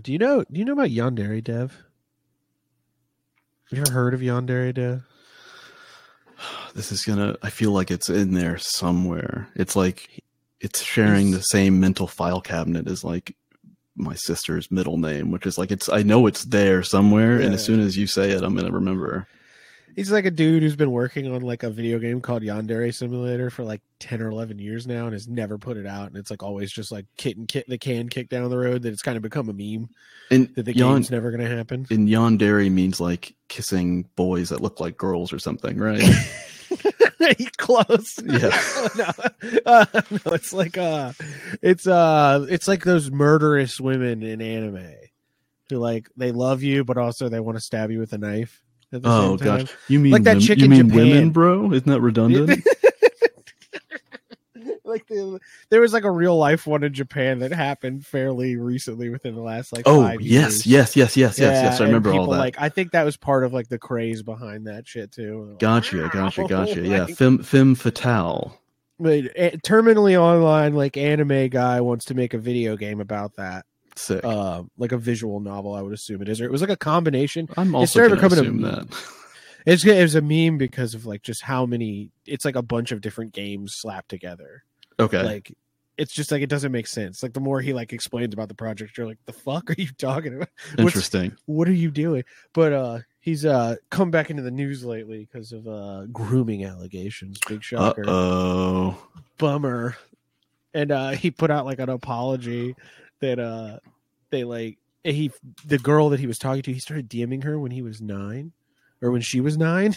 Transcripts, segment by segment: Do you know? Do you know about Yandere Dev? You ever heard of Yandere Dev? This is gonna. I feel like it's in there somewhere. It's like it's sharing the same mental file cabinet as like my sister's middle name, which is like it's. I know it's there somewhere, and as Yeah. soon as you say it, I'm gonna remember. He's like a dude who's been working on like a video game called Yandere Simulator for like ten or eleven years now, and has never put it out. And it's like always just like kitten kit the can kick down the road that it's kind of become a meme And that the yon game's never going to happen. and yandere means like kissing boys that look like girls or something, right? He close. Yeah. no, uh, no, it's like uh, it's uh, it's like those murderous women in anime who like they love you, but also they want to stab you with a knife. At the oh same time. gosh, you mean Like that wom- chick you in mean Japan. women, bro? Isn't that redundant? like the, there was like a real life one in Japan that happened fairly recently within the last like oh five years. yes, yes, yes, yes, yes, Yeah, yes. I and remember all people, that. Like I think that was part of like the craze behind that shit too. Like, Gotcha, gotcha, wow, gotcha. Yeah, like- femme, femme fatale. But a- terminally online, like anime guy wants to make a video game about that, Sick. uh, like a visual novel. I would assume it is, or it was like a combination. I'm it's also started going to becoming a assume meme. that. It's it was a meme because of like just how many. It's like a bunch of different games slapped together. Okay. Like it's just like it doesn't make sense. Like the more he like explains about the project, you're like, the fuck are you talking about? What's- Interesting. what are you doing? But uh he's uh come back into the news lately because of uh grooming allegations. Big Uh shocker. oh. Bummer. And uh he put out like an apology that uh they like he the girl that he was talking to, he started DMing her when he was nine. Or when she was nine,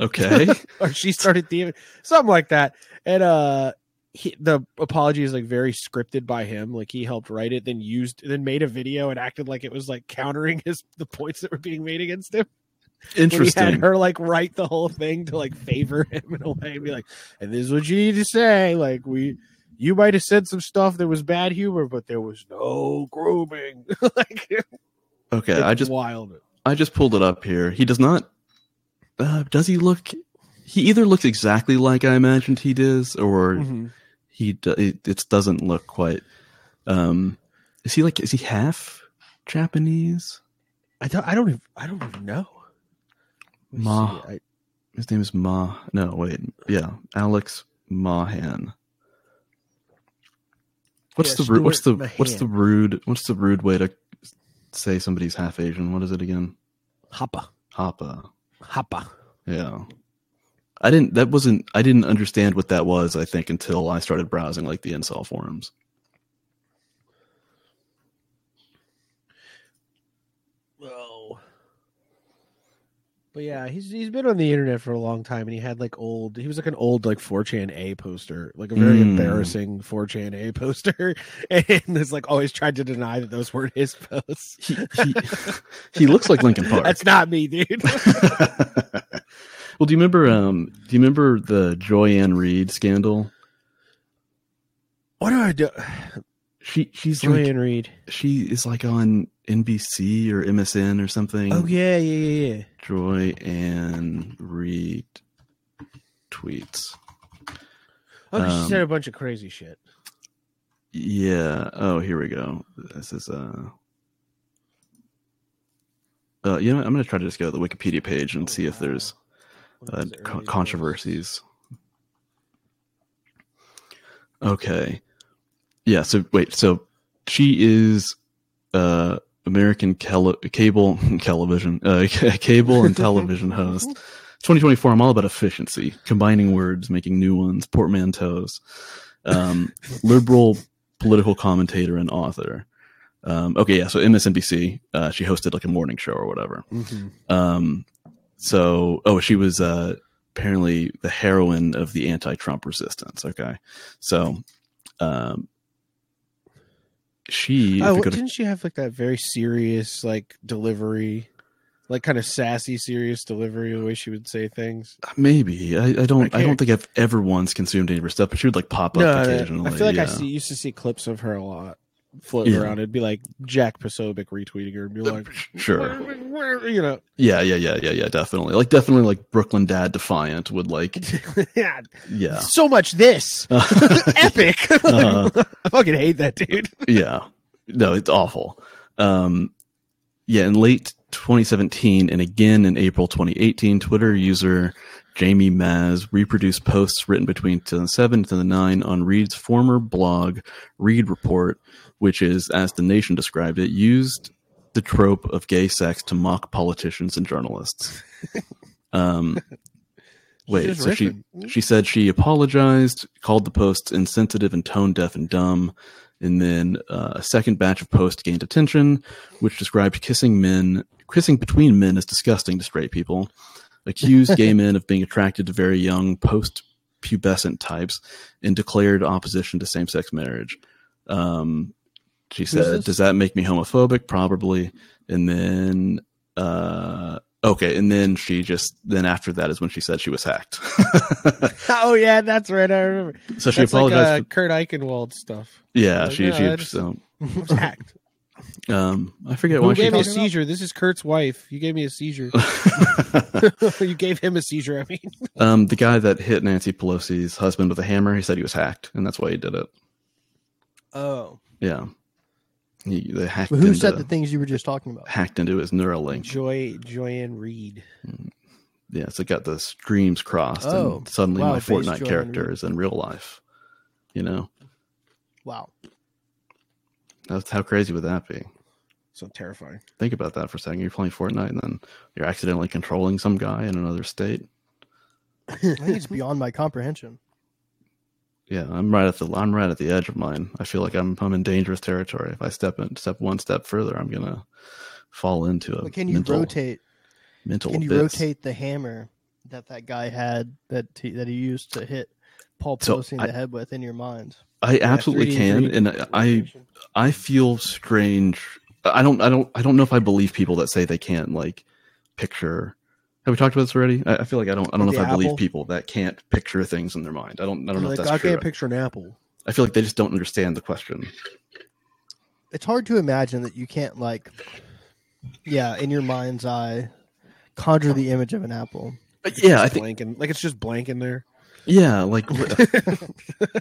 Okay. or she started DMing, something like that. And uh, he, the apology is like very scripted by him. Like he helped write it, then used, then made a video and acted like it was like countering his the points that were being made against him when he had Interesting. her like write the whole thing to like favor him in a way and be like, and this is what you need to say. Like we you might have said some stuff that was bad humor, but there was no grooming. like Okay. I it's just wild. I just pulled it up here. He does not. Uh, does he look? He either looks exactly like I imagined he does, or Mhm. he do, it, it doesn't look quite. Um, is he like? Is he half Japanese? I don't I don't even I don't even know. Let me Ma- see. I- His name is Ma. No, wait. Yeah, Alex Mahan. What's Yeah, the ru- what's the Stuart what's the Mahan. rude what's the rude way to say somebody's half Asian? What is it again? Hapa. Hapa. Hapa. Yeah. I didn't that wasn't I didn't understand what that was, I think, until I started browsing like the incel forums. Whoa. But yeah, he's he's been on the internet for a long time, and he had like old. He was like an old like 4chan A poster, like a very Mm. embarrassing 4chan A poster, and has like always tried to deny that those weren't his posts. He he, he looks like Lincoln Park. That's not me, dude. well, do you remember um do you remember the Joyanne Reed scandal? what do I do? She she's like- Joanne Reed. she is like on NBC or MSN or something. Oh yeah, yeah, yeah, yeah. Joy and Reed tweets. Oh, 'cause she said Um, a bunch of crazy shit. Yeah. Oh, here we go. This is uh. Uh, you know, what? I'm gonna try to just go to the Wikipedia page and Oh, see if there's wow. One uh, of his con- early posts. controversies. Okay. Yeah. So wait. So she is uh, American cele- cable television uh, cable and television host. 2024. I'm all about efficiency, combining words, making new ones, portmanteaus. Um, liberal political commentator and author. Um, okay. Yeah. So MSNBC. Uh, she hosted like a morning show or whatever. Mm-hmm. Mhm. Um, so, oh, she was uh, apparently the heroine of the anti-Trump resistance. Okay, so um, she. Oh, if we what- go to- didn't she have like that very serious like delivery, like kind of sassy, serious delivery, the way she would say things? maybe I, I don't. I I, don't can't- think I've ever once consumed any of her stuff, but she would like pop up occasionally. I feel like I yeah. see, used to see clips of her a lot floating Yeah. around. It'd be like Jack Posobiec retweeting her and be like, Sure. you know, Yeah, yeah, yeah, yeah, yeah. Definitely. Like, definitely, like Brooklyn Dad defiant would like. yeah, Yeah. so much this epic. Uh-huh. I fucking hate that dude. yeah. No, it's awful. Um, yeah, in late 2017 and again in April 2018, Twitter user Jamie Maz reproduced posts written between 2007 and 2009 on Reed's former blog, Reed Report, which is, as the nation described it, used the trope of gay sex to mock politicians and journalists. um, wait, She's so she riffing. she said she apologized, called the posts insensitive and tone deaf and dumb, and then uh, a second batch of posts gained attention, which described kissing men, kissing between men as disgusting to straight people, accused gay men of being attracted to very young post pubescent types, and declared opposition to same sex marriage. Um, she said, this? "Does that make me homophobic? Probably." And then. Uh, Okay, and then she just then after that is when she said she was hacked. oh yeah, that's right. I remember. so she That's like apologized. uh, for, Kurt Eichenwald stuff. yeah, like, she yeah, she I just- so, Hacked. um I forget why Who she gave me a talked. seizure? This is Kurt's wife. You gave me a seizure. you gave him a seizure. I mean, um the guy that hit Nancy Pelosi's husband with a hammer, he said he was hacked and that's why he did it. oh, Yeah. He, they hacked Who into, said the things you were just talking about? hacked into his Neuralink. Joy Joyanne Reed. Yeah, so it got the streams crossed Oh, and suddenly wow, my based Fortnite on- character is in real life. You know? Wow. That's how crazy would that be? So terrifying. Think about that for a second. You're playing Fortnite and then you're accidentally controlling some guy in another state. I think it's beyond my comprehension. Yeah, I'm right at the I'm right at the edge of mine. I feel like I'm I'm in dangerous territory. If I step in, step one step further, I'm gonna fall into a But can you mental, rotate? mental Can you abyss. rotate the hammer that that guy had that he, that he used to hit Paul So, Pelosi in I- the head with in your mind? I absolutely 3D can, dream- and I I feel strange. I don't I don't I don't know if I believe people that say they can't like picture. Have we talked about this already? I, I feel like I don't I don't know With if the I believe apple? people that can't picture things in their mind. I don't I don't know Like, if I that's true. can't picture an apple. I feel like they just don't understand the question. It's hard to imagine that you can't like, yeah, in your mind's eye, conjure the image of an apple. Uh, yeah, I It's think blank in- like it's just blank in there. yeah, like what-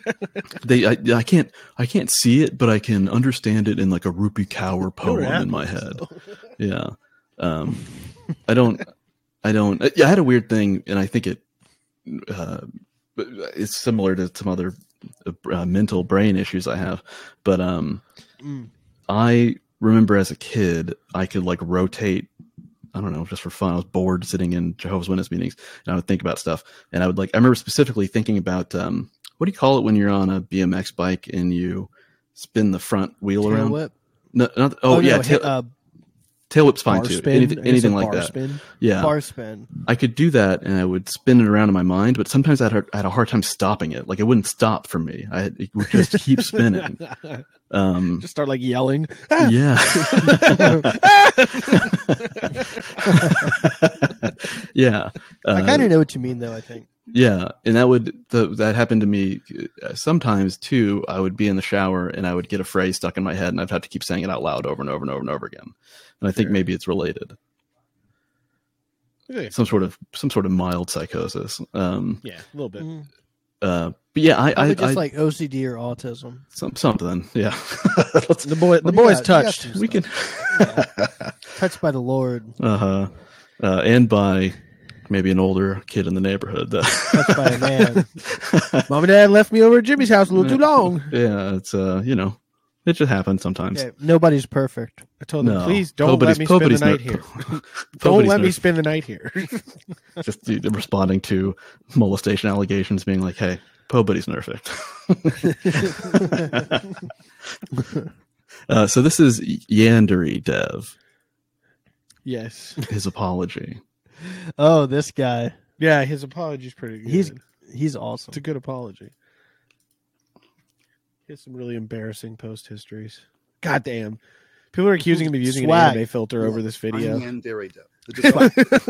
they I, I can't I can't see it, but I can understand it in like a Rupi Kaur poem in my head. Yeah. Um I don't I don't I, I had a weird thing and I think it uh it's similar to some other uh, mental brain issues I have, but um Mm. I remember as a kid, I could like rotate. I don't know, just for fun. I was bored sitting in Jehovah's Witness meetings, and I would think about stuff. And I would like, I remember specifically thinking about um, what do you call it when you're on a BMX bike and you spin the front wheel Tail around? whip? No, not, oh, no, yeah, hit, tail, uh, tail whip's fine Bar too. spin? I Anything, guess anything a like bar that. Spin. Yeah, bar spin. I could do that, and I would spin it around in my mind. But sometimes I had, I had a hard time stopping it. Like it wouldn't stop for me. I it would just keep spinning. Um, just start like yelling. yeah. yeah. I Uh, kind of know what you mean, though. I think yeah. And that would, the, that happened to me uh, sometimes too. I would be in the shower and I would get a phrase stuck in my head and I'd have to keep saying it out loud over and over and over and over again. And I think Sure. maybe it's related. yeah, Some sort of, some sort of mild psychosis. Um, a little bit. Mm. uh, but yeah, I, I, probably just I like OCD or autism. some, something. Yeah. The boy, the Well, boy's yeah, you got touched. some we stuff. can, touched by the Lord, uh-huh. uh, and by maybe an older kid in the neighborhood. touched by a man. Mom and Dad left me over at Jimmy's house a little too long. Yeah, it's uh, you know, it just happens sometimes. Okay, nobody's perfect. I told them, No. please don't Nobody's- let me spend the night nobody's ner- here. Don't nobody's let me ner- spend the night here. just the- the responding to molestation allegations, being like, "Hey, nobody's perfect." uh, so this is Yandere Dev. yes. His apology. Oh, this guy, Yeah, his apology's pretty good. He's- it's he's awesome. a good apology. He has some really embarrassing post histories. God damn. People are accusing him of using an Swag. anime filter over this video. I'm Yan Derrida. The they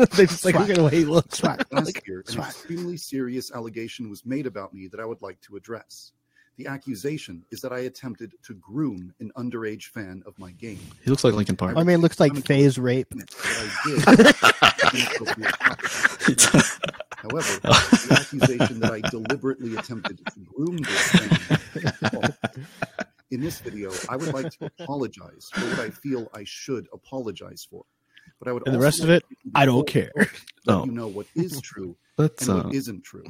design just like look at the way he looks. Swag. last year, an Swag. extremely serious allegation was made about me that I would like to address. The accusation is that I attempted to groom an underage fan of my game. He looks like Lincoln Park. My man looks like I'm- phase rape. And it's what I did. inappropriate practice. However, the accusation that I deliberately attempted to groom this fan is false. In this video, I would like to apologize for what I feel I should apologize for. But I would And the also rest of like it, to give you I the don't full care. Let Oh. you know what is true That's and uh, what isn't true.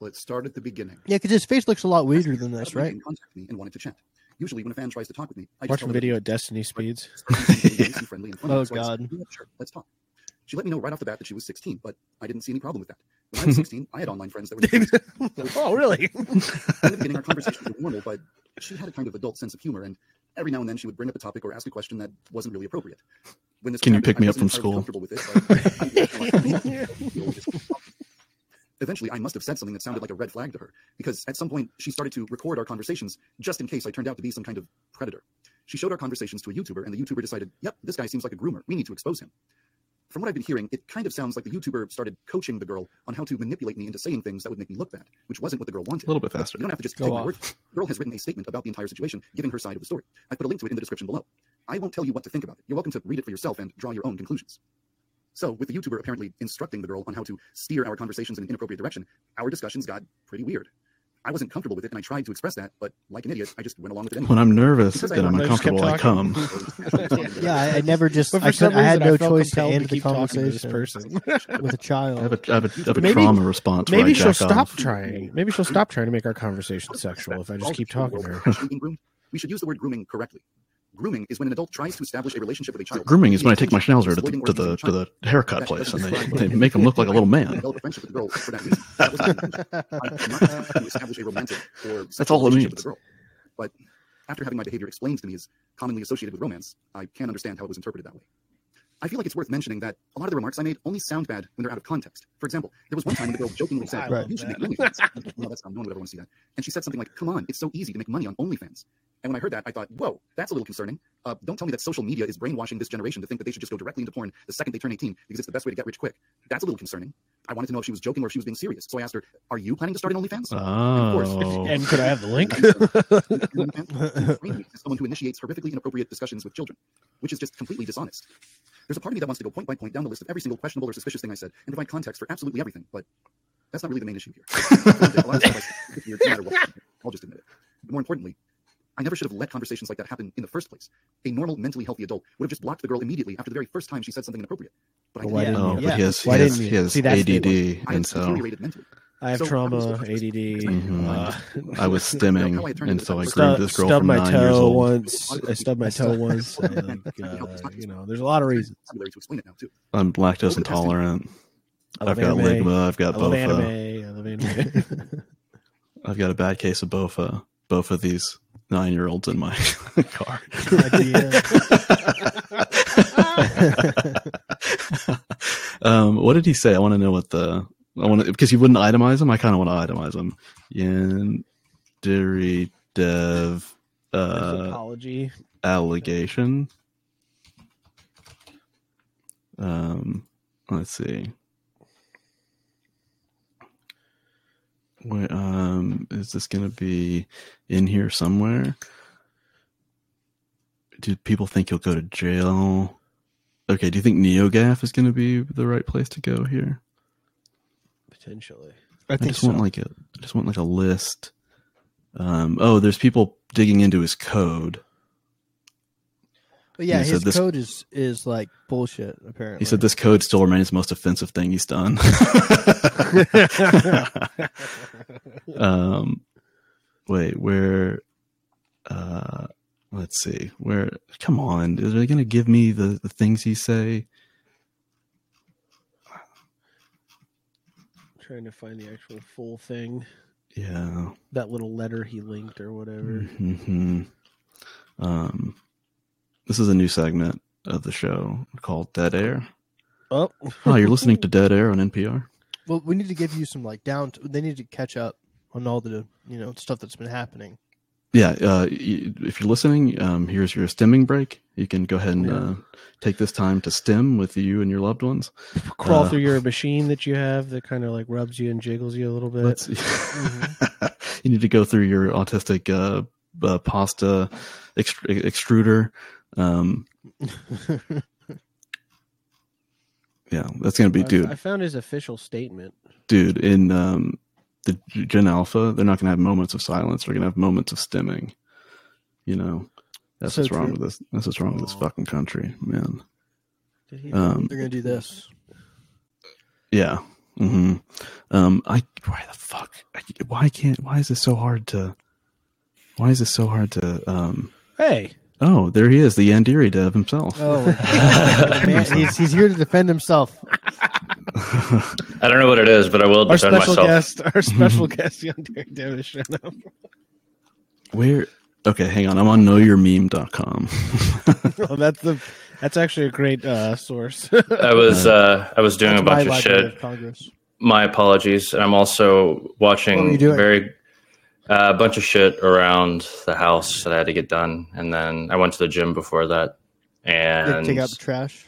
Let's start at the beginning. Yeah, because his face looks a lot weirder than this, Suddenly right? they Contact me and wanted to chat. Usually, when a fan tries to talk with me, I just Watch tell the them video at Destiny speeds. yeah. friendly and funny. Oh, so I just God. said, "Yeah, sure, let's talk. She let me know right off the bat that she was 16, but I didn't see any problem with that. When I was 16, I had online friends that were. in the oh, really? beginning, our conversations were normal, but she had a kind of adult sense of humor, and every now and then she would bring up a topic or ask a question that wasn't really appropriate. When this Can you happened, pick me I up wasn't from entirely comfortable with it, but I didn't know what to do. Eventually, I must have said something that sounded like a red flag to her, because at some point she started to record our conversations just in case I turned out to be some kind of predator. She showed our conversations to a YouTuber, and the YouTuber decided, yep, this guy seems like a groomer. We need to expose him. From what I've been hearing, it kind of sounds like the YouTuber started coaching the girl on how to manipulate me into saying things that would make me look bad, which wasn't what the girl wanted. a little bit But faster. You don't have to just Go take my off. word. for it. The girl has written a statement about the entire situation, giving her side of the story. I put a link to it in the description below. I won't tell you what to think about it. You're welcome to read it for yourself and draw your own conclusions. So, with the YouTuber apparently instructing the girl on how to steer our conversations in an inappropriate direction, our discussions got pretty weird. I wasn't comfortable with it, and I tried to express that, but like an idiot, I just went along with it anyway. When I'm nervous Because I and I'm know- I just kept uncomfortable, I talking. come. Yeah, I, I never just. I, could, I had no choice to end the conversation person. with a child. I have a, I have a, I have a Maybe- trauma response. where I Maybe she'll jack stop off. trying. Maybe she'll stop trying to make our conversation sexual if I just keep talking to her. Being groomed? We should use the word grooming correctly. Grooming is when an adult tries to establish a relationship with a child. Grooming is when I take my schnauzer to the, Exploiting or to the using to the haircut That place, and doesn't describe they, they me. make him look like a little I man. developed a friendship with the girl for that reason. That was the intention. I did not try to establish a romantic or sexual all it relationship means. with the girl. But after having my behavior explained to me as commonly associated with romance, I can't understand how it was interpreted that way. I feel like it's worth mentioning that a lot of the remarks I made only sound bad when they're out of context. For example, there was one time when the girl jokingly I said, love "You should that. make OnlyFans." I'm like, no, that's not. No one would ever want to see that. And she said something like, "Come on, it's so easy to make money on OnlyFans." And when I heard that, I thought, "Whoa, that's a little concerning." Uh, don't tell me that social media is brainwashing this generation to think that they should just go directly into porn the second they turn 18 because it's the best way to get rich quick. That's a little concerning. I wanted to know if she was joking or if she was being serious. So I asked her, "Are you planning to start an OnlyFans?" Oh, And could I have the link? Is someone who initiates horrifically inappropriate discussions with children, which is just completely dishonest. There's a part of me that wants to go point by point down the list of every single questionable or suspicious thing I said and provide context for absolutely everything, but that's not really the main issue here. A lot of stuff I said is weird, no matter what. I'll just admit it. But more importantly, I never should have let conversations like that happen in the first place. A normal, mentally healthy adult would have just blocked the girl immediately after the very first time she said something inappropriate. But I Well, why didn't. didn't oh, you? but he has he Why has, didn't you? he has See, that's the ADD, I and had so deteriorated mentally. I have So- trauma, ADD. uh, I was stimming, and so I groomed Stub, this girl stubbed from my nine years toe old. once. I stubbed my toe once. and, uh, you know, there's a lot of reasons. Vocabulary to explain it now, too. I'm lactose intolerant. I love I've got anime. ligma. I've got I love bofa. anime. I love anime. I've got a bad case of bofa. Both of these nine-year-olds in my car. um, what did he say? I want to know what the I want to because you wouldn't itemize him. I kind of want to itemize him. Yen Diri Dev uh, Apology. allegation. Um, let's see. Wait, um, is this gonna be in here somewhere? Do people think he'll go to jail? Okay, do you think NeoGaf is gonna be the right place to go here? Potentially. I I think just so. want like a I just want like a list. Um, oh, there's people digging into his code. But yeah, He said his this- code is is like bullshit. Apparently, He said this code still remains the most offensive thing he's done. um, wait, where? Uh, let's see. Where? Come on, are they going to give me the, the things he say? trying to find the actual full thing. Yeah. That little letter he linked or whatever. hmm Um, this is a new segment of the show called Dead Air. Oh, Oh, you're listening to Dead Air on NPR. Well, we need to give you some like down. They need to catch up on all the you know stuff that's been happening. Yeah, uh, y- if you're listening, um, here's your stemming break. You can go ahead and Oh, Yeah. uh, take this time to stem with you and your loved ones. crawl Uh, through your machine that you have that kind of like rubs you and jiggles you a little bit. Mm-hmm. Let's, you need to go through your autistic uh, uh, pasta extr- extruder. Um, yeah, that's gonna be I- dude, I found his official statement. dude. In um, the Gen Alpha, they're not gonna have moments of silence. They're gonna have moments of stemming. You know, that's So what's wrong true. with this. That's what's wrong with this Aw. fucking country, man. Did he- Um, They're gonna do this. yeah. hmm Um, I why the fuck? I, why can't? Why is this so hard to? Why is this so hard to? Um, hey, oh, there he is, the Yandere dev himself. Oh, man, he's, he's here to defend himself. I don't know what it is, but I will our defend special myself. guest, our special guest, young Derek Davis. showed up. Where? Okay, hang on. I'm on knowyourmeme.com. Well, that's the that's actually a great uh, source. I was uh, I was doing a That's my bunch of Library shit. of Congress. My apologies, and I'm also What were you watching doing? very a uh, bunch of shit around the house that I had to get done, and then I went to the gym before that, Did and take out the trash.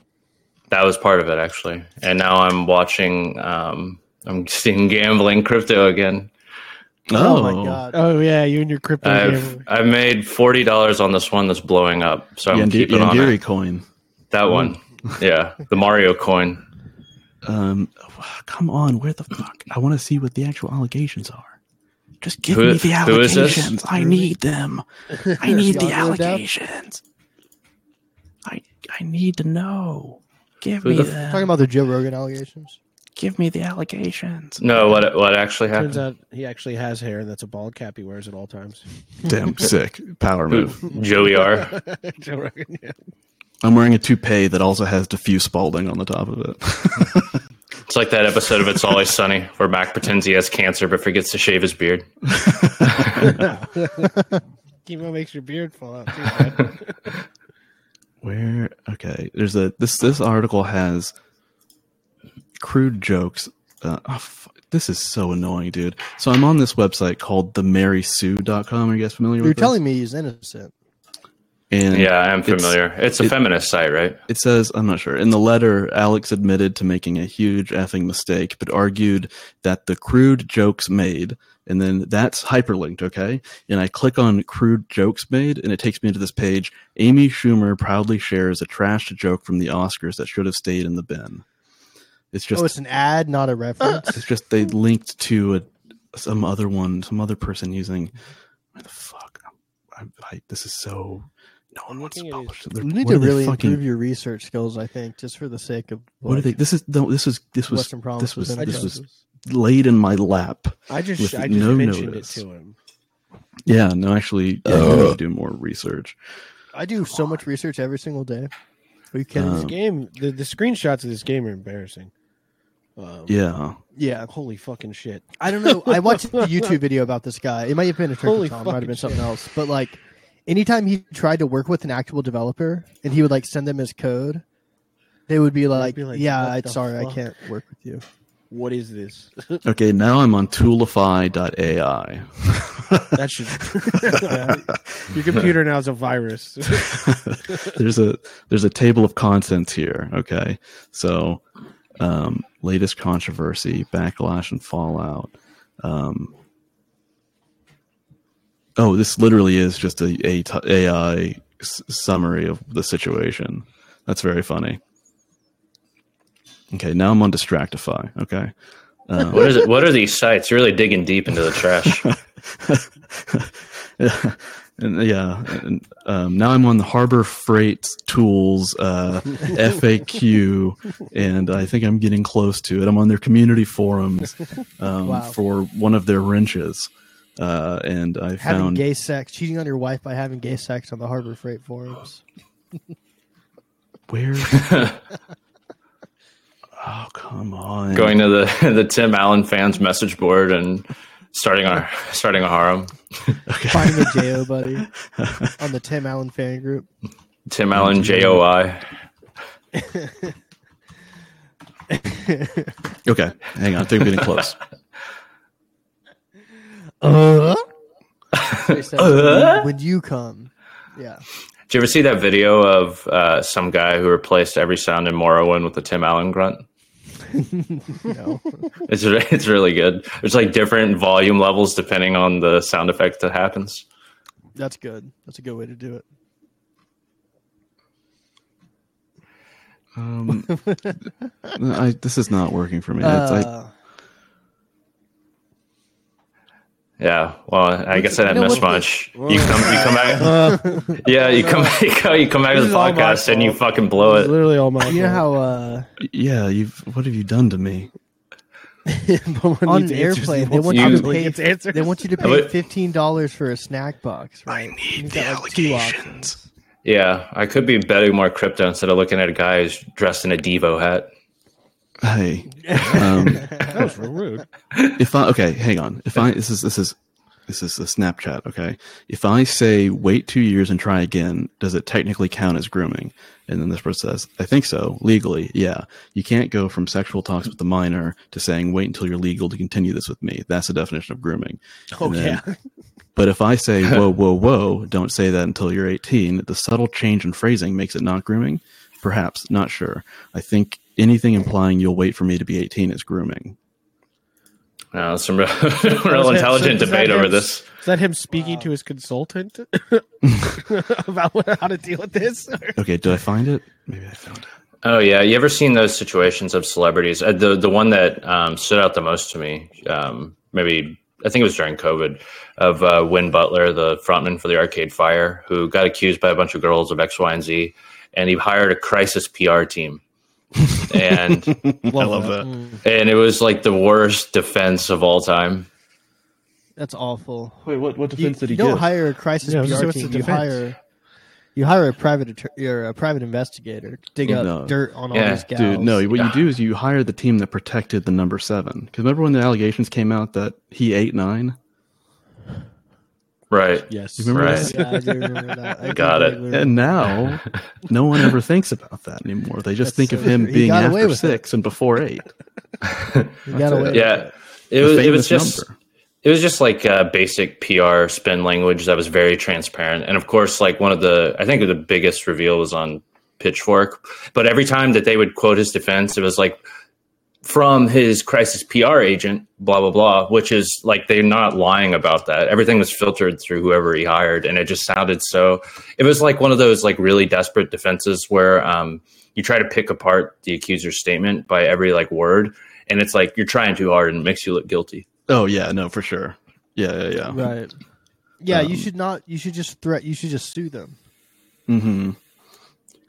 that was part of it actually. And now I'm watching. Um, I'm seeing gambling crypto again. Um, Oh, my god! oh yeah, you and your crypto. I've game. I've made forty dollars on this one that's blowing up, so I'm Yandere, keeping on E Yandere it. coin. that one. Yeah, the Mario coin. Um, come on, where the fuck? I want to see what the actual allegations are. Just give Who- me the who is this? allegations. I need them. I need the Y'all know that? allegations. I I need to know. Give Who me the- them. Talking about the Joe Rogan allegations. give me the allegations. No, what what actually Turns happened? out he actually has hair, and that's a bald cap he wears at all times. Damn sick power move. Joey R. Joe Rogan, yeah. I'm wearing a toupee that also has diffuse balding on the top of it. It's like that episode of It's Always Sunny where Mac pretends he has cancer but forgets to shave his beard. Chemo makes your beard fall out. Too, bud. Where okay, there's a this this article has crude jokes. Uh, oh, f- this is so annoying, dude. So I'm on this website called themarysue.com. Are you guys familiar You're with? telling me he's innocent. this? and Yeah, I am It's- familiar. It's, a it- feminist site, right? it says I'm not sure. In the letter, Alex admitted to making a huge effing mistake, but argued that the crude jokes made, and then that's hyperlinked, okay? And I click on crude jokes made, and it takes me to this page. Amy Schumer proudly shares a trashed joke from the Oscars that should have stayed in the bin. It's just oh, it's an ad, not a reference. it's just they linked to a, some other one, some other person using. Why the fuck? I'm, I, this is so. No one I'm wants to looking at these- publish you it. They're- need what to are they really fucking- improve your research skills. I think just for the sake of What are like, they? This is no. This is this was Western problems. this was within this was themselves. laid in my lap. I just With I just no mentioned notice. it to him. Yeah. No, actually, yeah, I need to do more research. I do so much research every single day. Are you kidding? me? This Um, game, the, the screenshots of this game are embarrassing. Um, Yeah. yeah, Holy fucking shit! I don't know. I watched the YouTube video about this guy. It might have been a trick Holy Tom. It might have been fucking something else. But like, anytime he tried to work with an actual developer and he would like send them his code, they would be like, be like, "Yeah, what I, the sorry, fuck?" I can't work with you." What is this? Okay. Now I'm on Toolify.ai. That should. Your computer now is a virus. there's a there's a table of contents here. Okay, so um, latest controversy, backlash, and fallout. Um, oh, this literally is just a, a t- AI s- summary of the situation. That's very funny. Okay, now I'm on Distractify. Okay. Um, What is it? What are these sites? You're really digging deep into the trash. and, yeah. And, um, now I'm on the Harbor Freight Tools uh, FAQ, and I think I'm getting close to it. I'm on their community forums um, Wow. for one of their wrenches, uh, and I Having found gay sex, cheating on your wife by having gay sex on the Harbor Freight forums. where. oh come on! Going to the the Tim Allen fans message board and starting a starting a harem. Finding a Jo buddy on the Tim Allen fan group. Tim Oh, Allen J O I. Okay, hang on. I think I'm getting close. Uh, They Uh? said, when, when you come, yeah. Did you ever see that video of uh, some guy who replaced every sound in Morrowind with the Tim Allen grunt? No. It's re- it's really good. There's like different volume levels depending on the sound effect that happens. That's good. That's a good way to do it. Um, I, Uh, this is not working for me. It's, I, Uh, Yeah. Well, I Would guess you- I didn't you know miss what the- much. You come. You come back. Uh, Yeah. You come. You come, you come back to the This is all my podcast and you fault. fucking blow it. literally all my. you know fault. how uh, Yeah, you've. What have you done to me? But one On needs an answers. airplane, One they want you to probably pay- gets answers. they want you to I pay would- fifteen dollars for a snack box, right? You've got, like, two options. Yeah. I could be betting more crypto instead of looking at a guy who's dressed in a Devo hat. Hey, um, that was real rude. if I okay, hang on. If I this is this is this is the Snapchat. Okay, if I say wait two years and try again, does it technically count as grooming? And then this person says, I think so legally. Yeah, you can't go from sexual talks with the minor to saying wait until you're legal to continue this with me. That's the definition of grooming. Oh And then- yeah. But if I say whoa whoa whoa, don't say that until you're 18. The subtle change in phrasing makes it not grooming. Perhaps not sure. I think anything implying you'll wait for me to be 18 is grooming. No, there's some real, real intelligent Does that debate have- over this. Is that him speaking Wow. to his consultant about what, how to deal with this? Okay, did I find it? Maybe I found it. Oh yeah, you ever seen those situations of celebrities? Uh, the the one that um, stood out the most to me, um, maybe I think it was during COVID, of uh, Win Butler, the frontman for the Arcade Fire, who got accused by a bunch of girls of X, Y, and Z, and he hired a crisis PR team, and I love that. Mm. and it was like the worst defense of all time. That's awful. Wait, what, what You, you don't hire a crisis Yeah, I was gonna say, PR what's the team. You defense? hire you hire a private attorney or a private investigator to dig up No. dirt on all Yeah, these guys. Dude, no, what you do is you hire the team that protected the number seven. Because remember when the allegations came out that he ate nine? Right. Yes. You remember Right. this? Yeah, I do remember that. I do Got it. vaguely And now, no one ever thinks about that anymore. They just That's think so of him true. He being got away after with it. six and before eight. You got away with Yeah. it. It The was. It was famous just. number. it was just like uh, basic PR spin language that was very transparent. And of course, like one of the, I think the biggest reveal was on Pitchfork. But every time that they would quote his defense, it was like from his crisis PR agent, blah, blah, blah, which is like they're not lying about that. Everything was filtered through whoever he hired. And it just sounded so, it was like one of those like really desperate defenses where um, you try to pick apart the accuser's statement by every like word. And it's like you're trying too hard and it makes you look guilty. Oh, yeah, no, for sure. Yeah, yeah, yeah. Right. Yeah, you Um, should not. You should just threat. You should just sue them. Mm-hmm.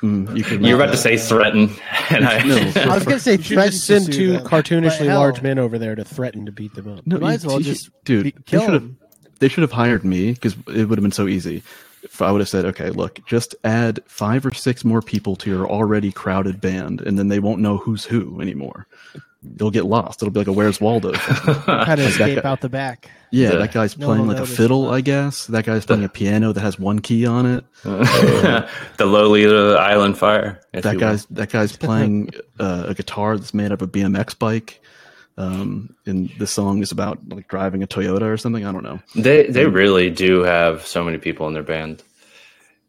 Mm, you can You're about to say threaten, and I. No. I was gonna say You should threaten just send to sue two them, but cartoonishly hell, large men over there to threaten to beat them up. No, Might you- as well you- just dude. be- they kill should have- him. They should have hired me because it would have been so easy. If I would have said, "Okay, look, just add five or six more people to your already crowded band, and then they won't know who's who anymore. They'll get lost. It'll be like a Where's Waldo? Try thing. to Like that escape guy- out the back. yeah, Yeah. that guy's No playing one like a noticed. fiddle, I guess. That guy's playing a piano that has one key on it. Uh, the Lolita Island Fire. if That you will. guy's that guy's playing uh, a guitar that's made up of BMX bike." Um, and the song is about like driving a Toyota or something. I don't know. They they really do have so many people in their band,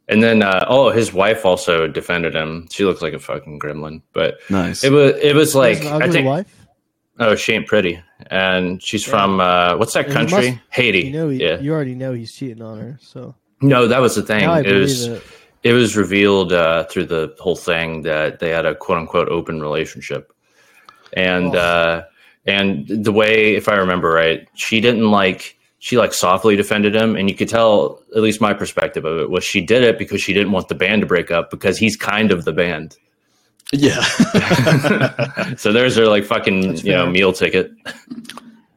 and then uh, oh, his wife also defended him. She looks like a fucking gremlin, but Nice. it was it was like His I ugly think wife. oh she ain't pretty, and she's from uh, what's that And he country? must- Haiti. You know, he, yeah, you already know he's cheating on her. So no, that was the thing. now I It believe was it. it was revealed uh, through the whole thing that they had a quote unquote open relationship, and Oh. uh, and the way, if I remember right, she didn't like she like softly defended him, and you could tell at least my perspective of it was she did it because she didn't want the band to break up because he's kind of the band. yeah. so there's her like fucking That's you know fair. meal ticket.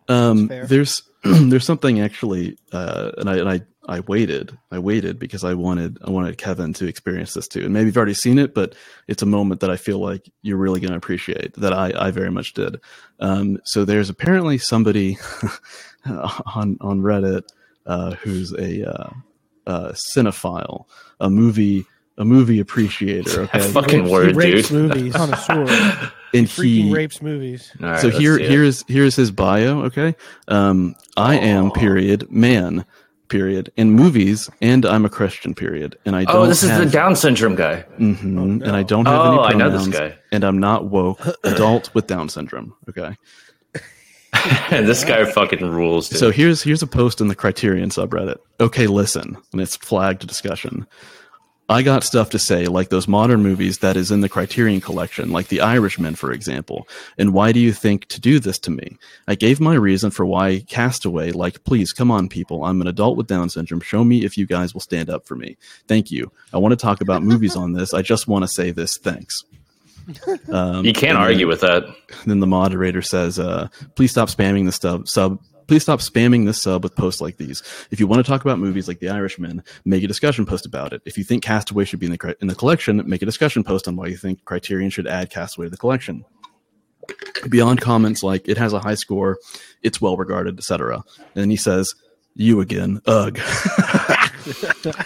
um fair. there's there's something actually uh and i and i i waited i waited because i wanted i wanted kevin to experience this too and maybe you've already seen it but it's a moment that i feel like you're really going to appreciate that i i very much did um so there's apparently somebody on on reddit uh who's a uh uh cinephile a movie a movie appreciator That okay fucking He word, rapes dude. movies. Connoisseur. and Freaking he rapes movies. All right, so let's here see it. here is here is his bio okay um i am Aw. period man period in movies and i'm a christian period and i don't Oh, this is have, the Down syndrome guy. Mhm, Oh, no. and i don't have Oh, I any know this pronouns guy. and i'm not woke adult with down syndrome okay this guy fucking rules. Dude. So here's here's a post in the Criterion subreddit. Okay, listen, and it's flagged to discussion. I got stuff to say, like those modern movies that is in the Criterion collection, like The Irishman, for example. And why do you think to do this to me? I gave my reason for why Castaway, like, please come on, people. I'm an adult with Down syndrome. Show me if you guys will stand up for me. Thank you. I want to talk about movies on this. I just want to say this. Thanks. Um, You can't and argue then- with that. Then the moderator says, uh, please stop spamming the sub. sub Please stop spamming this sub with posts like these. If you want to talk about movies like The Irishman, make a discussion post about it. If you think Castaway should be in the cri- in the collection, make a discussion post on why you think Criterion should add Castaway to the collection. Beyond comments like it has a high score, it's well regarded, etc. And he says, "You again, ugh."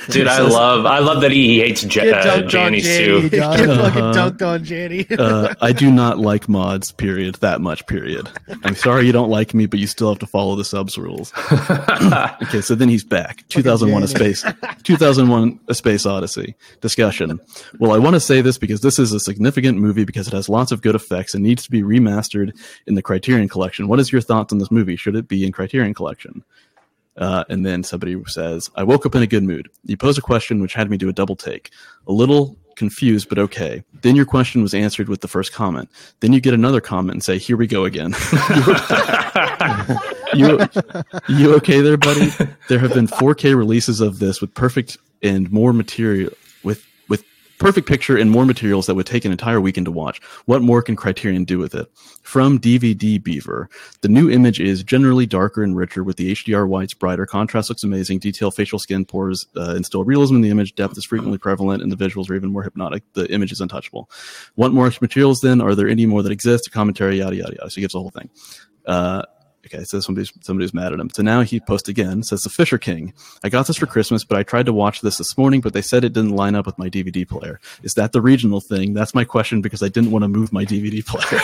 Dude, I love I love that he hates Ja- Get uh, dunked on Janice Janny. too. Get fucking Uh-huh. dunked on Janny. uh, I do not like mods, period, that much, period. I'm sorry you don't like me, but you still have to follow the subs rules. Okay, so then he's back. 2001 A Fucking Space 2001 A Space Odyssey discussion. Well, I want to say this because this is a significant movie because it has lots of good effects and needs to be remastered in the Criterion Collection. What is your thoughts on this movie? Should it be in Criterion Collection? Uh, and then somebody says, I woke up in a good mood. You posed a question which had me do a double take. A little confused, but okay. Then your question was answered with the first comment. Then you get another comment and say, Here we go again. you, you okay there, buddy? There have been 4K releases of this with perfect and more material with with perfect picture and more materials that would take an entire weekend to watch. What more can Criterion do with it? From DVD Beaver, the new image is generally darker and richer with the HDR whites brighter. Contrast looks amazing. Detail, facial skin pores uh, instill realism in the image. Depth is frequently prevalent, and the visuals are even more hypnotic. The image is untouchable. What more materials then? Are there any more that exist? A commentary, yada yada yada. So he gives the whole thing. Uh, okay, so somebody's somebody's mad at him. So now he posts again. Says the Fisher King. I got this for Christmas, but I tried to watch this this morning, but they said it didn't line up with my DVD player. Is that the regional thing? That's my question because I didn't want to move my DVD player.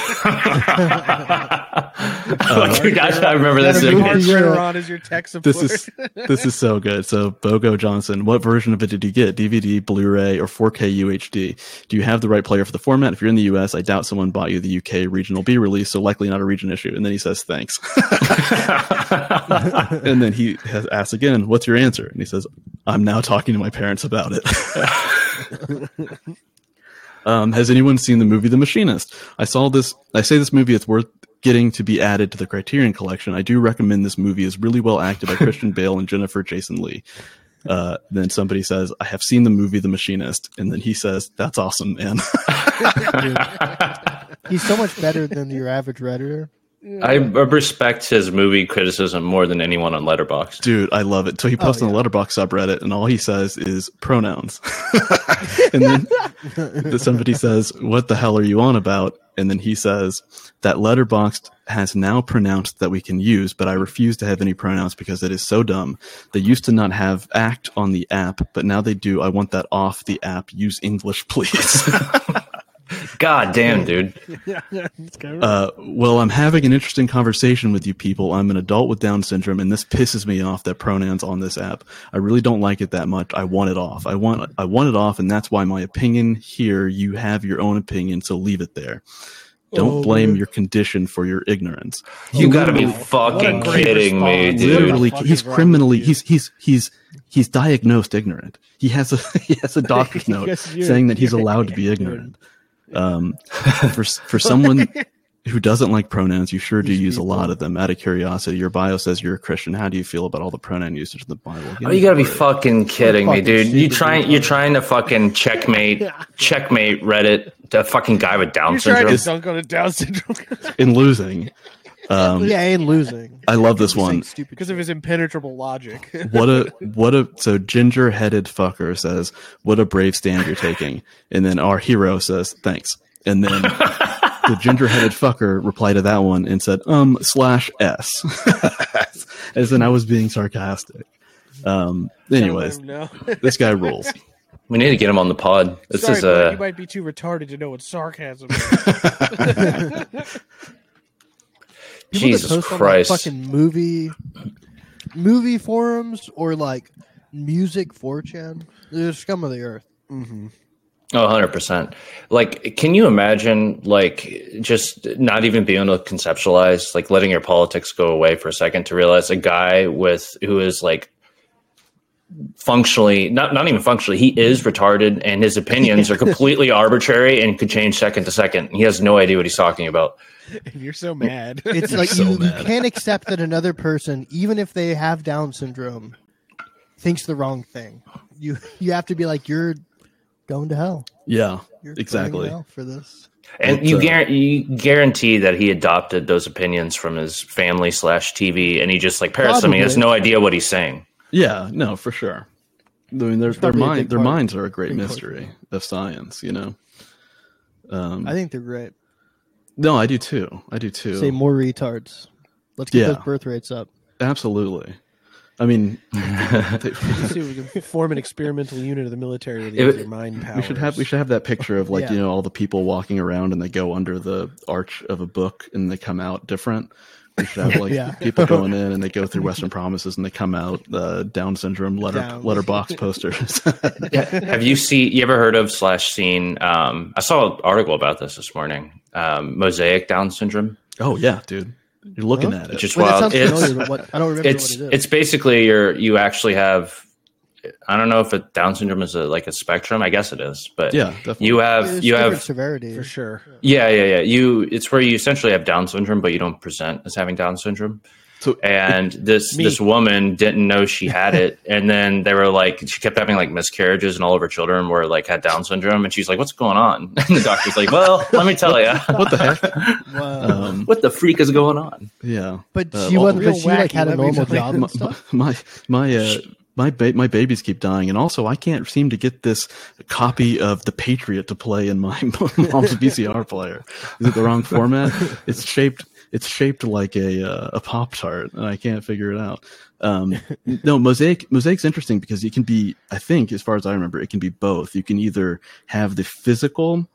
Uh, Like, dude, I, I remember this. That'll be hard image. Yeah. printer on is your tech support. this is this is so good. So Bogo Johnson, what version of it did you get? DVD, Blu-ray, or 4K UHD? Do you have the right player for the format? If you're in the US, I doubt someone bought you the UK regional B release, so likely not a region issue. And then he says thanks. and then he has asks again, "What's your answer?" And he says, "I'm now talking to my parents about it." um, has anyone seen the movie The Machinist? I saw this. I say this movie is worth getting to be added to the Criterion Collection. I do recommend this movie. is really well acted by Christian Bale and Jennifer Jason Lee. Uh, then somebody says, "I have seen the movie The Machinist," and then he says, "That's awesome, man." He's so much better than your average redditor. I respect his movie criticism more than anyone on Letterboxd. Dude, I love it. So he posts on the Letterbox subreddit, and all he says is pronouns. and then that somebody says, "What the hell are you on about?" And then he says, "That Letterboxd has now pronounced that we can use, but I refuse to have any pronouns because it is so dumb. They used to not have act on the app, but now they do. I want that off the app. Use English, please." God damn, dude. It's kinda- Uh, well, I'm having an interesting conversation with you people. I'm an adult with Down syndrome, and this pisses me off that pronouns on this app. I really don't like it that much. I want it off. I want I want it off, and that's why my opinion here. You have your own opinion, so leave it there. Don't Oh, blame your condition for your ignorance. You gotta be What fucking a great kidding me, response. dude. Literally, Fucking he's wrong criminally with you. he's he's he's he's diagnosed ignorant. He has a he has a doctor's note Yes, you're- saying that he's you're allowed to be ignorant. Um, for for someone who doesn't like pronouns, you sure do use a lot of them. Out of curiosity, your bio says you're a Christian. How do you feel about all the pronoun usage in the Bible? Oh, you gotta be fucking kidding me, fucking dude. You stupid trying dude. you're trying to fucking checkmate checkmate Reddit that fucking guy with Down You're trying syndrome. to dunk on a Down syndrome in losing. Um, yeah, and losing. I love this He's saying one. Stupid because of his impenetrable logic. what a what a so ginger headed fucker says what a brave stand you're taking and then our hero says thanks and then the ginger headed fucker replied to that one and said um slash s as in i was being sarcastic um anyways no. this guy rules We need to get him on the pod. This Sorry, is uh, bud, you a might be too retarded to know what sarcasm. is. People that Jesus post on, like, Christ. fucking movie, movie forums or like music 4chan. They're scum of the earth. Mm-hmm. Oh, 100%. Like, can you imagine, like, just not even being able to conceptualize, like, letting your politics go away for a second to realize a guy with who is like functionally not not even functionally he is retarded and his opinions are completely arbitrary and could change second to second he has no idea what he's talking about If you're so mad, It's like so you, you mad. can't accept that another person, even if they have Down syndrome, thinks the wrong thing. You you have to be like you're going to hell. Yeah. You're going to Exactly. hell for this. and It's, you, uh, guarantee, you guarantee that he adopted those opinions from his family slash tv and he just like parrots them he has Probably. no idea what he's saying Yeah, no, for sure. I mean, their It's their probably a big mind their part- minds are a great big part of mystery of science. You know. Um, I think they're great. no, I do too. I do too. Say more retards. Let's get Yeah. those birth rates up. Absolutely. I mean, they- See if we can form an experimental unit of the military with It- your mind powers. we should have we should have that picture of like Yeah. you know all the people walking around and they go under the arch of a book and they come out different. We should have like Yeah. people going in and they go through Western Promises and they come out uh, Down syndrome letter Down. letterbox posters. have you seen you ever heard of slash seen um i saw an article about this this morning um mosaic down syndrome oh yeah, dude, you're looking Huh? at it. which is Wait, that wild sounds it's, familiar, but what, I don't remember it's what it is. it's basically your you actually have i don't know if it, down syndrome is a, like a spectrum i guess it is but yeah, definitely. you have There's you different have severity. for sure. yeah yeah yeah you it's where you essentially have down syndrome but you don't present as having down syndrome So- and this Me. this woman didn't know she had it and then they were like she kept having like miscarriages and all of her children were like had down syndrome and she's like what's going on and the doctor's like well let me tell you what the heck? Wow. Um, what the freak is going on yeah. but uh, she all wasn't. the- But she like had a Real wacky, let me normal tell you. job my and stuff. my my, uh, my, ba- my babies keep dying, and also I can't seem to get this copy of The Patriot to play in my mom's VCR player. Is it the wrong format? It's shaped it's shaped like a uh, a pop tart, and I can't figure it out. Um, no, mosaic mosaic's interesting because it can be. I think, as far as I remember, it can be both. You can either have the physical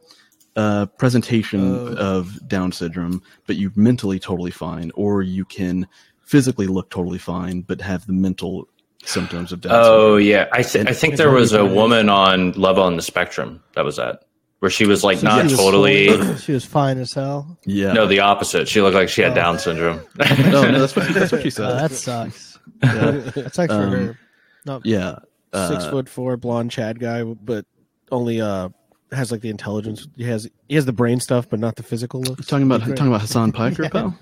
uh, presentation Oh. of Down syndrome, but you mentally totally fine, or you can physically look totally fine but have the mental symptoms of Down oh syndrome. yeah i, th- And- I think there was a woman on love on the spectrum that was that where she was like So not she was totally fully- She was fine as hell. Yeah, No, the opposite. She looked like she had Oh. Down syndrome. no, no, that's what that's what she said. Oh, that sucks. yeah, That sucks Um, for her. Not yeah. Uh, Six foot four, blonde Chad guy, but only uh has like the intelligence. He has he has the brain stuff, but not the physical look. Talking about talking about Hassan Piker, pal.